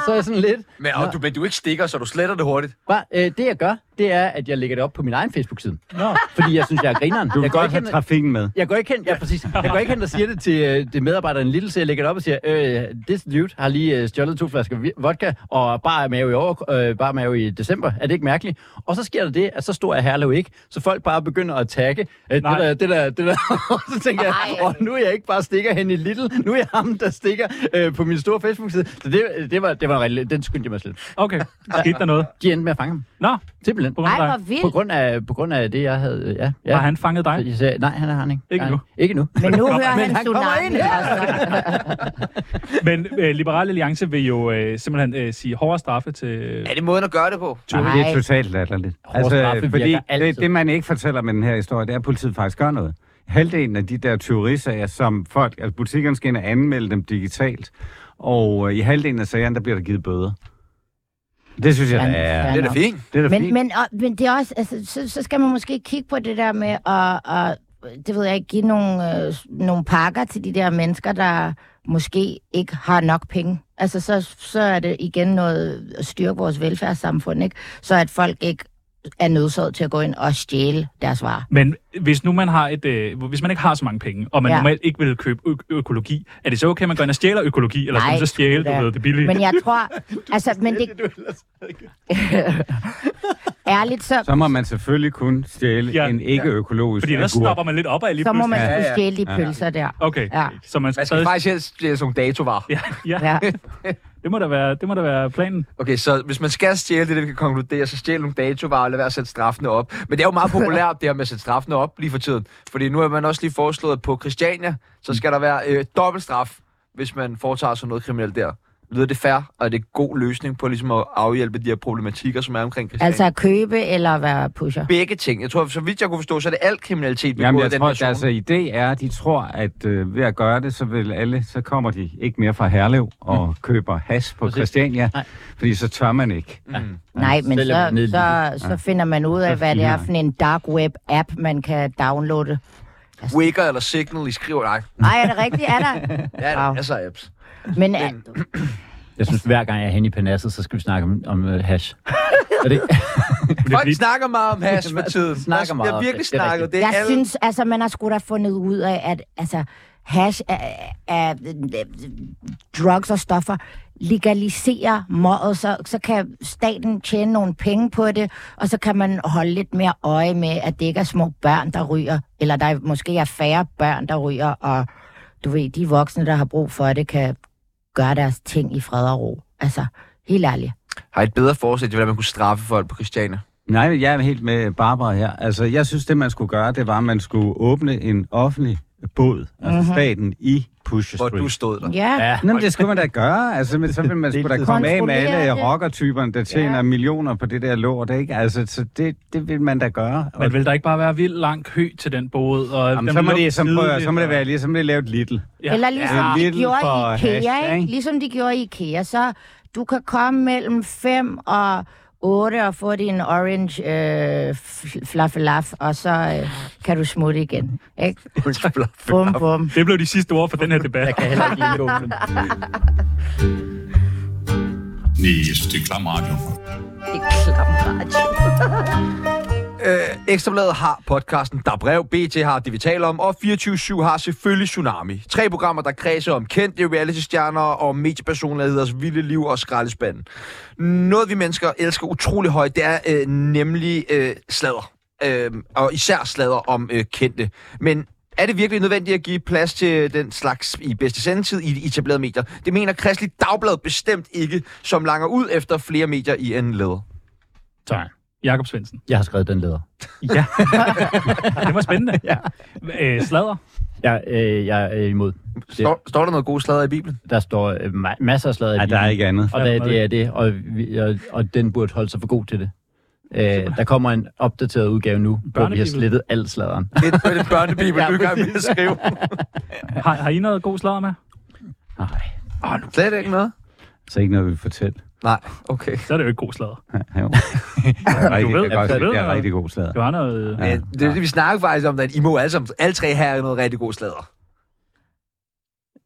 Speaker 6: så er jeg sådan lidt...
Speaker 4: Men, og du, men du er ikke stikker, så du sletter det hurtigt.
Speaker 6: Bare, øh, det jeg gør, det er, at jeg lægger det op på min egen Facebook-side. Nå. Fordi jeg synes, jeg er grineren.
Speaker 5: Du vil
Speaker 6: jeg går
Speaker 5: godt
Speaker 6: ikke
Speaker 5: have
Speaker 6: hen-
Speaker 5: trafikken med.
Speaker 6: jeg går ikke hen, ja, præcis. Jeg går ikke hen og siger det til, øh, til medarbejderen Lille, så jeg lægger det op og siger, øh, this dude har lige øh, stjålet to flasker vi- vodka og bare mave i, over, øh, bare mave i december. Er det ikke mærkeligt? Og så sker der det, at så stor er Herlev ikke, så folk bare begynder at tagge. Øh, det
Speaker 3: Nej.
Speaker 6: der, det der, det der. og så tænker jeg,
Speaker 7: Ej.
Speaker 6: og nu er jeg ikke bare stikker hen i Little, nu er jeg ham, der stikker øh, på min store Facebook-side. Så det, det var, det var en rigtig, den skyndte jeg mig slet.
Speaker 3: Okay, skete der noget?
Speaker 6: De endte med at fange ham.
Speaker 3: Nå,
Speaker 6: Simpelthen.
Speaker 3: på grund af dig.
Speaker 7: Ej, hvor
Speaker 6: På
Speaker 7: vildt.
Speaker 6: grund af, på grund af det, jeg havde... øh, Ja, ja.
Speaker 3: Har han fanget dig?
Speaker 6: Så jeg sagde, nej, han har han ikke.
Speaker 3: Ikke
Speaker 6: Nej,
Speaker 3: endnu.
Speaker 6: Ikke nu.
Speaker 7: Men nu hører
Speaker 6: Men
Speaker 7: han
Speaker 6: han kommer
Speaker 7: tsunami.
Speaker 6: ind
Speaker 7: altså.
Speaker 3: Men øh, Liberal Alliance vil jo øh, simpelthen øh, sige hårdere straffe til...
Speaker 4: Er det måden at gøre det på?
Speaker 5: Nej, det er totalt latterligt. Altså,
Speaker 6: straffe virker
Speaker 5: fordi det,
Speaker 6: altid.
Speaker 5: det, man ikke fortæller med den her historie, det er, at politiet faktisk gør noget. Halvdelen af de der tyverisager, som folk, altså butikkerne skal ind og anmelde dem digitalt, og øh, i halvdelen af sagerne, der bliver der givet bøder. Det synes jeg,
Speaker 7: Fanden,
Speaker 5: da er,
Speaker 7: fanden.
Speaker 4: Det er da fint.
Speaker 5: det er da
Speaker 7: Men,
Speaker 5: fint.
Speaker 7: men, og, men det er også, altså, så, så skal man måske kigge på det der med at, at det ved jeg ikke, give nogle, øh, s- nogle pakker til de der mennesker, der måske ikke har nok penge. Altså, så, så er det igen noget at styrke vores velfærdssamfund, ikke? Så at folk ikke er nødsaget til at gå ind og stjæle deres varer.
Speaker 3: Men hvis nu man har et, øh, hvis man ikke har så mange penge, og man ja.
Speaker 7: Ja.
Speaker 3: normalt ikke vil købe ø- økologi, er det så okay, at man går ind og stjæler økologi, eller skal
Speaker 7: Nej,
Speaker 3: man så stjæle,
Speaker 7: sgu
Speaker 3: du
Speaker 7: da.
Speaker 3: ved, det billige?
Speaker 7: Men jeg tror, altså, men det... Ærligt, så,
Speaker 5: Så må man selvfølgelig kun stjæle
Speaker 3: Ja,
Speaker 5: ja, en ikke-økologisk
Speaker 3: Fordi ellers
Speaker 5: ja.
Speaker 3: stopper man lidt op af lige
Speaker 7: så må
Speaker 3: pludselig.
Speaker 7: man
Speaker 4: Ja,
Speaker 7: skulle
Speaker 4: ja.
Speaker 7: stjæle de pølser der.
Speaker 3: Okay,
Speaker 7: Ja.
Speaker 3: så man skal,
Speaker 4: Man skal
Speaker 3: stadig...
Speaker 4: faktisk helst stjæle sådan nogle datovarer.
Speaker 3: Ja, ja.
Speaker 7: Ja.
Speaker 3: Det, må da være, det må da være planen.
Speaker 4: Okay, så hvis man skal stjæle, det er det, vi kan konkludere, så stjæl nogle datovarer og lad være at sætte straffene op. Men det er jo meget populært, det her med at sætte straffene op lige for tiden. Fordi nu har man også lige foreslået, at på Christiania, så skal der være øh, dobbelt straf, hvis man foretager sig noget kriminelt der. Lyder det fair, og er det en god løsning på ligesom at afhjælpe de her problematikker, som er omkring Christiania?
Speaker 7: Altså at købe eller være pusher.
Speaker 4: begge ting. Jeg tror, så vidt jeg kunne forstå, så er det alt kriminalitet, vi
Speaker 5: Jamen,
Speaker 4: bruger
Speaker 5: jeg
Speaker 4: den
Speaker 5: tror,
Speaker 4: her
Speaker 5: at
Speaker 4: zone.
Speaker 5: deres idé er, at de tror, at øh, ved at gøre det, så vil alle, så kommer de ikke mere fra Herlev og mm. køber hash på
Speaker 6: Præcis.
Speaker 5: Christiania,
Speaker 6: Nej. Mm.
Speaker 5: fordi så tør man ikke.
Speaker 7: Nej, men
Speaker 6: Sælger
Speaker 7: så,
Speaker 6: man ned i
Speaker 7: så, så finder man ud af, hvad det er
Speaker 5: filer.
Speaker 7: for en dark web-app, man kan downloade.
Speaker 4: Waker eller Signal, I skriver nej.
Speaker 7: Nej, er det rigtigt? Er der?
Speaker 4: Ja,
Speaker 7: Wow.
Speaker 4: wow. altså apps.
Speaker 7: Men øh, er,
Speaker 6: Jeg synes, hver gang jeg er henne i panasset, så skal vi snakke om, om øh, hash. Er det,
Speaker 4: Folk snakker meget om hash for tiden.
Speaker 6: snakker
Speaker 4: Der
Speaker 6: meget om
Speaker 4: bliver virkelig
Speaker 6: det, det er
Speaker 4: snakket.
Speaker 6: rigtigt.
Speaker 4: Det er
Speaker 7: jeg
Speaker 4: alle...
Speaker 7: synes, altså, man har sgu da fundet ud af, at altså, hash af, af, af drugs og stoffer legaliserer måret, så, så kan staten tjene nogle penge på det, og så kan man holde lidt mere øje med, at det ikke er små børn, der ryger, eller der er, måske er færre børn, der ryger, og du ved, de voksne, der har brug for det, kan gøre deres ting i fred og ro. Altså, helt ærligt.
Speaker 4: Har I et bedre forsæt til, hvordan man kunne straffe folk på Christiania?
Speaker 5: Nej, men jeg er helt med Barbara her. Altså, jeg synes, det man skulle gøre, det var, at man skulle åbne en offentlig båd, altså
Speaker 7: Mhm.
Speaker 5: staten, i Pusher
Speaker 4: Hvor
Speaker 5: Street.
Speaker 4: du stod der.
Speaker 7: Ja,
Speaker 6: ja,
Speaker 5: Nå, men det skulle man da gøre. Altså, men så ville man skulle da komme af med alle
Speaker 7: Kontrollere det.
Speaker 5: rockertyperne, der tjener
Speaker 7: Ja.
Speaker 5: millioner på det der lort, ikke? Altså, så det, det vil man da gøre. Og,
Speaker 3: Men vil der ikke bare være vildt lang kø til den båd? Og
Speaker 5: jamen,
Speaker 3: dem
Speaker 5: så, må
Speaker 3: lukke
Speaker 5: det, som, prøv, at høre,
Speaker 3: tidligt,
Speaker 5: så må det
Speaker 3: og-
Speaker 5: være lige, så må det lave et little.
Speaker 3: Ja.
Speaker 7: Eller ligesom
Speaker 5: Ja.
Speaker 7: de
Speaker 5: Lidt
Speaker 7: gjorde
Speaker 5: for
Speaker 7: i IKEA,
Speaker 5: hashtag,
Speaker 7: ikke?
Speaker 5: ikke?
Speaker 7: Ligesom de gjorde i IKEA, så du kan komme mellem 5 og 8 og få din orange øh, fl- flaffelaf, og så øh, kan du smutte igen. Ikke? Bum, bum.
Speaker 3: Det blev de sidste ord for den her debat.
Speaker 6: jeg kan heller ikke lide åbne.
Speaker 4: Øh, Ekstrabladet har podcasten Der er Brev, BT har det, vi taler om, og 24-7 har selvfølgelig Tsunami. Tre programmer, der kredser om kendte reality-stjerner og mediepersonligheders vilde liv og skraldespanden. Noget, vi mennesker elsker utrolig højt, det er øh, nemlig øh, sladder. Øh, og især sladder om øh, kendte. Men er det virkelig nødvendigt at give plads til den slags i bedste sendetid i de etablerede medier? Det mener Kristelig Dagblad bestemt ikke, som langer ud efter flere medier i en leder.
Speaker 3: Tak. Jakob Svendsen.
Speaker 6: Jeg har skrevet den leder.
Speaker 3: Ja. det var spændende. ja. øh, sladder.
Speaker 6: Jeg, øh, jeg er imod.
Speaker 4: Står, står der noget god sladder i Bibelen?
Speaker 6: Der står øh, ma- masser af slaget.
Speaker 5: Ja, der er ikke andet.
Speaker 6: Og det, det er det, og, vi, og, og den burde holde sig for god til det. Øh, der kommer en opdateret udgave nu, hvor vi har
Speaker 3: Børnebibel.
Speaker 6: slettet al sladeren.
Speaker 4: Det er den børnebibel,
Speaker 6: Ja,
Speaker 4: du er i gang med at
Speaker 6: præcis.
Speaker 4: skrive.
Speaker 3: Har, har I noget god sladder med?
Speaker 5: Nej,
Speaker 4: Slet ikke noget?
Speaker 5: så ikke noget, vi vil fortælle.
Speaker 4: Nej, okay.
Speaker 3: Så er det jo ikke god sladder.
Speaker 5: Ja, jo. Det er rigtig,
Speaker 3: ved,
Speaker 5: det er godt,
Speaker 3: du ved,
Speaker 5: det er
Speaker 3: hvad-
Speaker 5: rigtig god slag.
Speaker 3: Du har noget...
Speaker 5: Ja.
Speaker 4: Men det er det, vi snakker faktisk om, at I må alle, sammen, alle tre her er noget rigtig god sladder.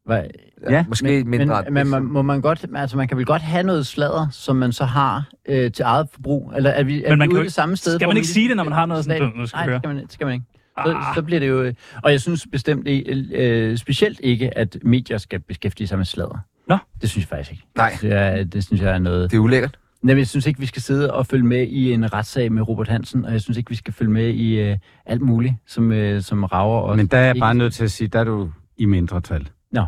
Speaker 6: Hva?
Speaker 4: Ja, måske
Speaker 6: men,
Speaker 4: mindre
Speaker 6: Men, men man, må man, godt, altså man kan vel godt have noget sladder, som man så har øh, til eget forbrug? Eller er vi, er
Speaker 3: Men man kan
Speaker 6: vi
Speaker 3: jo
Speaker 6: ude
Speaker 3: ikke-
Speaker 6: det samme sted?
Speaker 3: skal
Speaker 6: hvor
Speaker 3: man ikke
Speaker 6: lige-
Speaker 3: sige det, når man har noget sådan,
Speaker 6: Slat-
Speaker 3: "Du, nu skal
Speaker 6: Nej,
Speaker 3: vi høre."
Speaker 6: det skal man, det skal man ikke.
Speaker 5: Ah.
Speaker 6: Så, så bliver det jo... øh, Og jeg synes bestemt ikke, øh, specielt ikke, at medier skal beskæftige sig med sladder.
Speaker 3: Nå.
Speaker 6: Det synes jeg faktisk ikke.
Speaker 4: Nej.
Speaker 6: Det, synes jeg, det synes jeg er noget...
Speaker 4: Det er ulækkert.
Speaker 6: Jamen, jeg synes ikke, vi skal sidde og følge med i en retssag med Robert Hansen, og jeg synes ikke, vi skal følge med i øh, alt muligt, som, øh, som rager os.
Speaker 5: Men der er jeg
Speaker 6: Ikke-
Speaker 5: bare nødt til at sige, der er du i mindretal.
Speaker 6: Nå.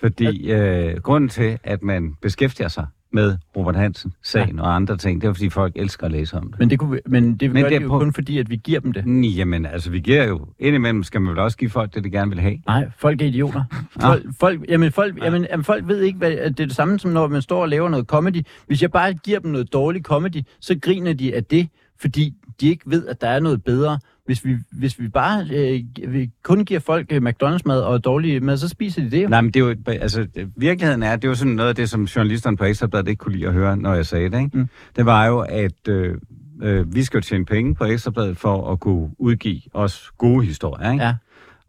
Speaker 5: Fordi øh, grunden til, at man beskæftiger sig med Robert Hansen, sagen og andre ting, det er fordi folk elsker at læse om det.
Speaker 6: Men det, kunne vi, men det
Speaker 5: Men
Speaker 6: gør
Speaker 5: det er
Speaker 6: det jo
Speaker 5: på-
Speaker 6: kun fordi, at vi giver dem det.
Speaker 5: Men, jamen, altså vi giver jo, indimellem skal man vel også give folk det, de gerne vil have.
Speaker 6: Nej, folk er idioter. Folk, folk, jamen, folk, jamen, jamen, folk ved ikke, hvad, at det er det samme som når man står og laver noget comedy. Hvis jeg bare giver dem noget dårlig comedy, så griner de af det, fordi de ikke ved, at der er noget bedre. Hvis vi, hvis vi bare øh, gi- vi kun giver folk øh, McDonald's-mad og dårlig mad, så spiser de det jo.
Speaker 5: Nej, men det er jo, altså, virkeligheden er, det er jo sådan noget af det, som journalisterne på Ekstrabladet ikke kunne lide at høre, når jeg sagde det, ikke?
Speaker 6: Mm.
Speaker 5: Mm. Det var jo, at øh, øh, vi skal jo tjene penge på Ekstrabladet for at kunne udgive os gode historier, ikke?
Speaker 6: Ja.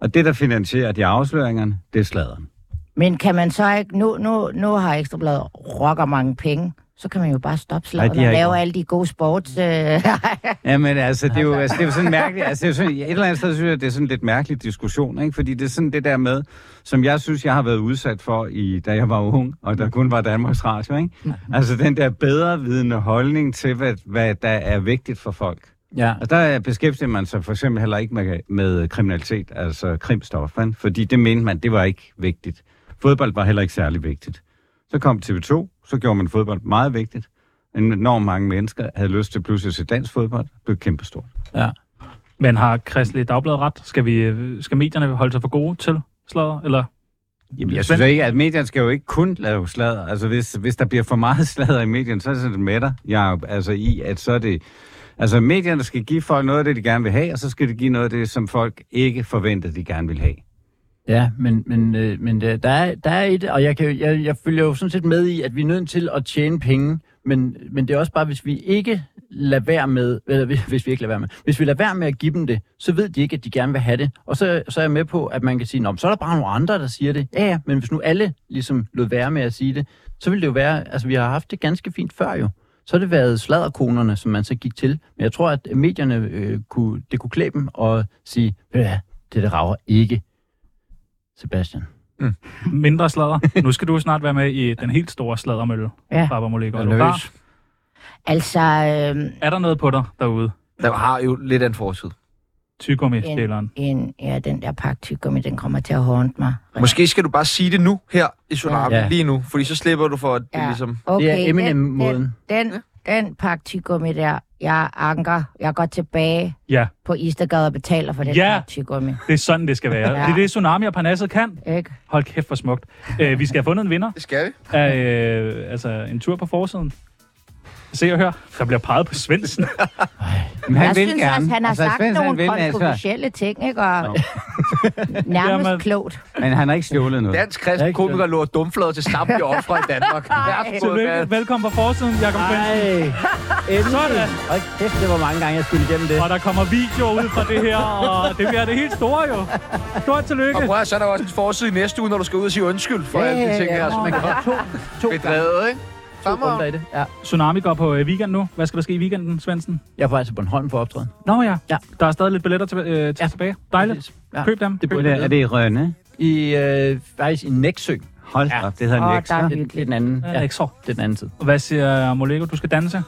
Speaker 5: Og det, der finansierer de afsløringerne, det er sladeren.
Speaker 7: Men kan man så ikke... Nu, nu, nu har Ekstrabladet rocker mange penge. Så kan man jo bare stoppe slaget
Speaker 5: Nej, de har
Speaker 7: og
Speaker 5: ikke
Speaker 7: lave
Speaker 5: noget.
Speaker 7: alle de gode sports... Øh,
Speaker 5: Jamen altså, det er jo, altså, det er jo sådan mærkeligt. Altså, det er jo sådan, et eller andet sted synes jeg, det er sådan en lidt mærkelig diskussion, ikke? Fordi det er sådan det der med, som jeg synes, jeg har været udsat for, i, da jeg var ung, og der kun var Danmarks Radio, ikke? Altså den der bedrevidende holdning til, hvad, hvad der er vigtigt for folk.
Speaker 6: Ja.
Speaker 5: Og der beskæftiger man sig for eksempel heller ikke med, med kriminalitet, altså krimstof, ikke? fordi det mente man, det var ikke vigtigt. Fodbold var heller ikke særlig vigtigt. Så kom TV2, så gjorde man fodbold meget vigtigt. Enormt mange mennesker havde lyst til pludselig at se dansk fodbold, blev kæmpestort.
Speaker 3: Men har Kristelig Dagblad ret? Skal, vi, øh, skal medierne holde sig for gode til sladder? Eller?
Speaker 5: Jamen, jeg synes ikke, at medierne skal jo ikke kun lave sladder. Altså, hvis, hvis der bliver for meget sladder i medierne, så er det sådan, det mætter. Jeg er altså i, at så er det... Altså, medierne skal give folk noget af det, de gerne vil have, og så skal de give noget af det, som folk ikke forventer, de gerne vil have.
Speaker 6: Ja, men, men, øh, men der, der er, der er et, og jeg, kan, jo- jeg, jeg følger jo sådan set med i, at vi er nødt til at tjene penge, men, men det er også bare, hvis vi ikke lader være med, eller hvis- hvis vi ikke lader være med, hvis vi lader være med at give dem det, så ved de ikke, at de gerne vil have det. Og så, så er jeg med på, at man kan sige, Nå, men så er der bare nogle andre, der siger det. Ja, ja, men hvis nu alle ligesom lod være med at sige det, så ville det jo være, altså vi har haft det ganske fint før jo. Så har det været sladderkonerne, som man så gik til. Men jeg tror, at medierne, øh, kunne, det kunne klæde dem og sige, "Ved du hvad, det der rager ikke Sebastian.
Speaker 3: Mindre sladder. Nu skal du snart være med i den helt store sladdermølle.
Speaker 7: Ja.
Speaker 3: Barbara Moleko. Er,
Speaker 4: Jeg
Speaker 3: du
Speaker 4: er
Speaker 3: klar?
Speaker 4: nervøs.
Speaker 7: altså, øh,
Speaker 3: er der noget på dig derude?
Speaker 4: Der har jo lidt af en fortid.
Speaker 3: Tygummi
Speaker 7: En-
Speaker 3: sjæleren.
Speaker 7: en, ja, den der pakke tyggegummi, den kommer til at haunt mig.
Speaker 4: Måske skal du bare sige det nu, her i Tsunami,
Speaker 6: Ja.
Speaker 4: ja. lige nu. Fordi så slipper du for, at det
Speaker 7: Ja.
Speaker 4: ja. ligesom...
Speaker 7: Okay,
Speaker 6: det er Eminem-måden.
Speaker 7: Den, den, den pakke tyggegummi der, jeg anker. Jeg går tilbage
Speaker 3: Ja,
Speaker 7: på Istergade og betaler for den
Speaker 3: Ja.
Speaker 7: pakke tyggegummi.
Speaker 3: det er sådan, det skal være.
Speaker 7: Ja.
Speaker 3: Det er det, Tsunami og Parnasset kan.
Speaker 7: Ikke?
Speaker 3: Hold kæft, hvor smukt. Øh, vi skal have fundet en vinder
Speaker 4: Det skal vi.
Speaker 3: af øh, altså, en tur på forsiden. Se og hør. Der bliver peget på Svendsen.
Speaker 5: Men han vil
Speaker 7: jeg synes
Speaker 5: gerne.
Speaker 7: også, han har altså, sagt
Speaker 5: Svendsen,
Speaker 7: nogle
Speaker 5: han vil, altså.
Speaker 7: kontroversielle ting, ikke? Og nærmest
Speaker 3: Jamen.
Speaker 7: klogt.
Speaker 5: Men han har ikke stjålet noget.
Speaker 4: Dansk kristen komiker lå og dumflader til samtlige ofre i Danmark. Hvert på
Speaker 3: Tillykke.
Speaker 4: hvad-
Speaker 3: Velkommen på forsiden, Jakob Svendsen. Sådan.
Speaker 6: Hold kæft, det var mange gange, jeg skulle igennem det.
Speaker 3: Og der kommer videoer ud fra det her, og det bliver det helt store jo. Stort tillykke.
Speaker 4: Og prøv at så er der også en forside i næste uge, når du skal ud og sige undskyld for alle de ting, der som man kan
Speaker 6: to, to
Speaker 4: bedrevet, ikke?
Speaker 6: runder
Speaker 4: Fremragende.
Speaker 6: i det. Ja.
Speaker 3: Tsunami går på øh, weekend nu. Hvad skal der ske i weekenden, Svendsen?
Speaker 6: Jeg var altså på Bornholm for optræden.
Speaker 3: Nå ja.
Speaker 6: Ja.
Speaker 3: Der er stadig lidt billetter til, øh, til
Speaker 6: Ja.
Speaker 3: ja. tilbage. Dejligt.
Speaker 6: Ja.
Speaker 3: Ja. Køb dem.
Speaker 6: Det
Speaker 3: Køb
Speaker 6: burde
Speaker 3: dem.
Speaker 5: Er det i Rønne?
Speaker 6: I, øh, faktisk i Næksø.
Speaker 5: Hold
Speaker 6: Ja.
Speaker 5: ja. op, det hedder
Speaker 7: Åh,
Speaker 5: oh,
Speaker 7: der er
Speaker 5: Nexer.
Speaker 6: Det, det er den anden.
Speaker 3: Ja, ikke så.
Speaker 6: det er den anden tid.
Speaker 3: Hvad siger Molego? Du skal danse.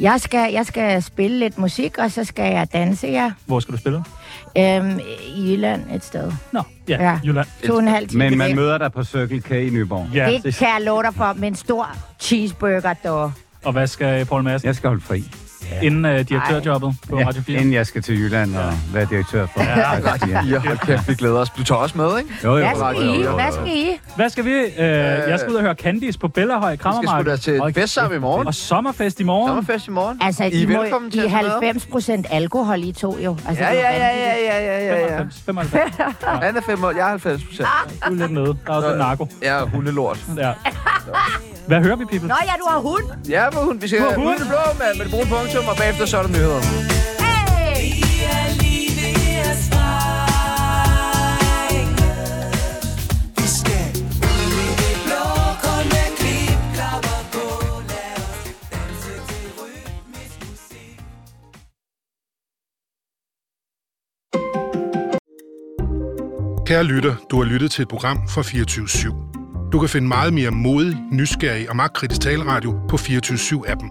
Speaker 7: Jeg skal, jeg skal spille lidt musik, og så skal jeg danse, ja.
Speaker 3: Hvor skal du spille?
Speaker 7: Øhm, I Jylland et sted.
Speaker 3: Nå, ja,
Speaker 7: Ja.
Speaker 3: ja. Jylland.
Speaker 7: To og en halv time.
Speaker 5: Men man møder dig på Circle K i Nyborg.
Speaker 3: Ja,
Speaker 7: det kan jeg love dig for, med en stor cheeseburger, dog.
Speaker 3: og hvad skal Paul Madsen
Speaker 5: Jeg skal holde fri,
Speaker 3: ja. inden uh, direktørjobbet på
Speaker 5: ja,
Speaker 3: Radio 4?
Speaker 5: inden jeg skal til Jylland og være direktør for. Ja,
Speaker 4: Ja, hold kæft, vi glæder os. Du tager også med, ikke?
Speaker 5: jo,
Speaker 7: Hvad
Speaker 5: jo.
Speaker 7: skal I? Hvad skal I?
Speaker 3: Hvad skal vi? Uh, jeg skal ud og høre Candice på Bellahøj
Speaker 4: Vi skal sgu da
Speaker 3: Krammermarked.
Speaker 4: til
Speaker 6: Hold
Speaker 4: en fest sammen i morgen.
Speaker 3: Og sommerfest i morgen.
Speaker 4: Sommerfest i morgen.
Speaker 7: Altså,
Speaker 4: I
Speaker 7: I,
Speaker 4: er
Speaker 7: må,
Speaker 4: velkommen til
Speaker 7: I
Speaker 4: at tage med.
Speaker 7: 90 procent alkohol, I to jo. Altså,
Speaker 4: Ja,
Speaker 7: det er
Speaker 4: ja, ja,
Speaker 7: vanvittigt.
Speaker 4: ja, ja, ja, ja, ja.
Speaker 3: 95, 95.
Speaker 4: Han er 5 år, jeg er 90 procent.
Speaker 7: Ah.
Speaker 3: Du er lidt nede. Der er også lidt narko.
Speaker 4: Ja, hundelort.
Speaker 3: Ja. Hvad hører vi, people?
Speaker 7: Nå ja, du har hund.
Speaker 4: Ja, hvor hun, vi skal
Speaker 3: Hvor
Speaker 4: have
Speaker 3: hun?
Speaker 4: hun det blå, mand, med det brune punktum, og bagefter så er der nyheder.
Speaker 7: Hey!
Speaker 11: Vi skal ud
Speaker 10: Kære lytter, du har lyttet til et program fra 24 /7. Du kan finde meget mere modig, nysgerrig og magtkritisk taleradio på 24 7 appen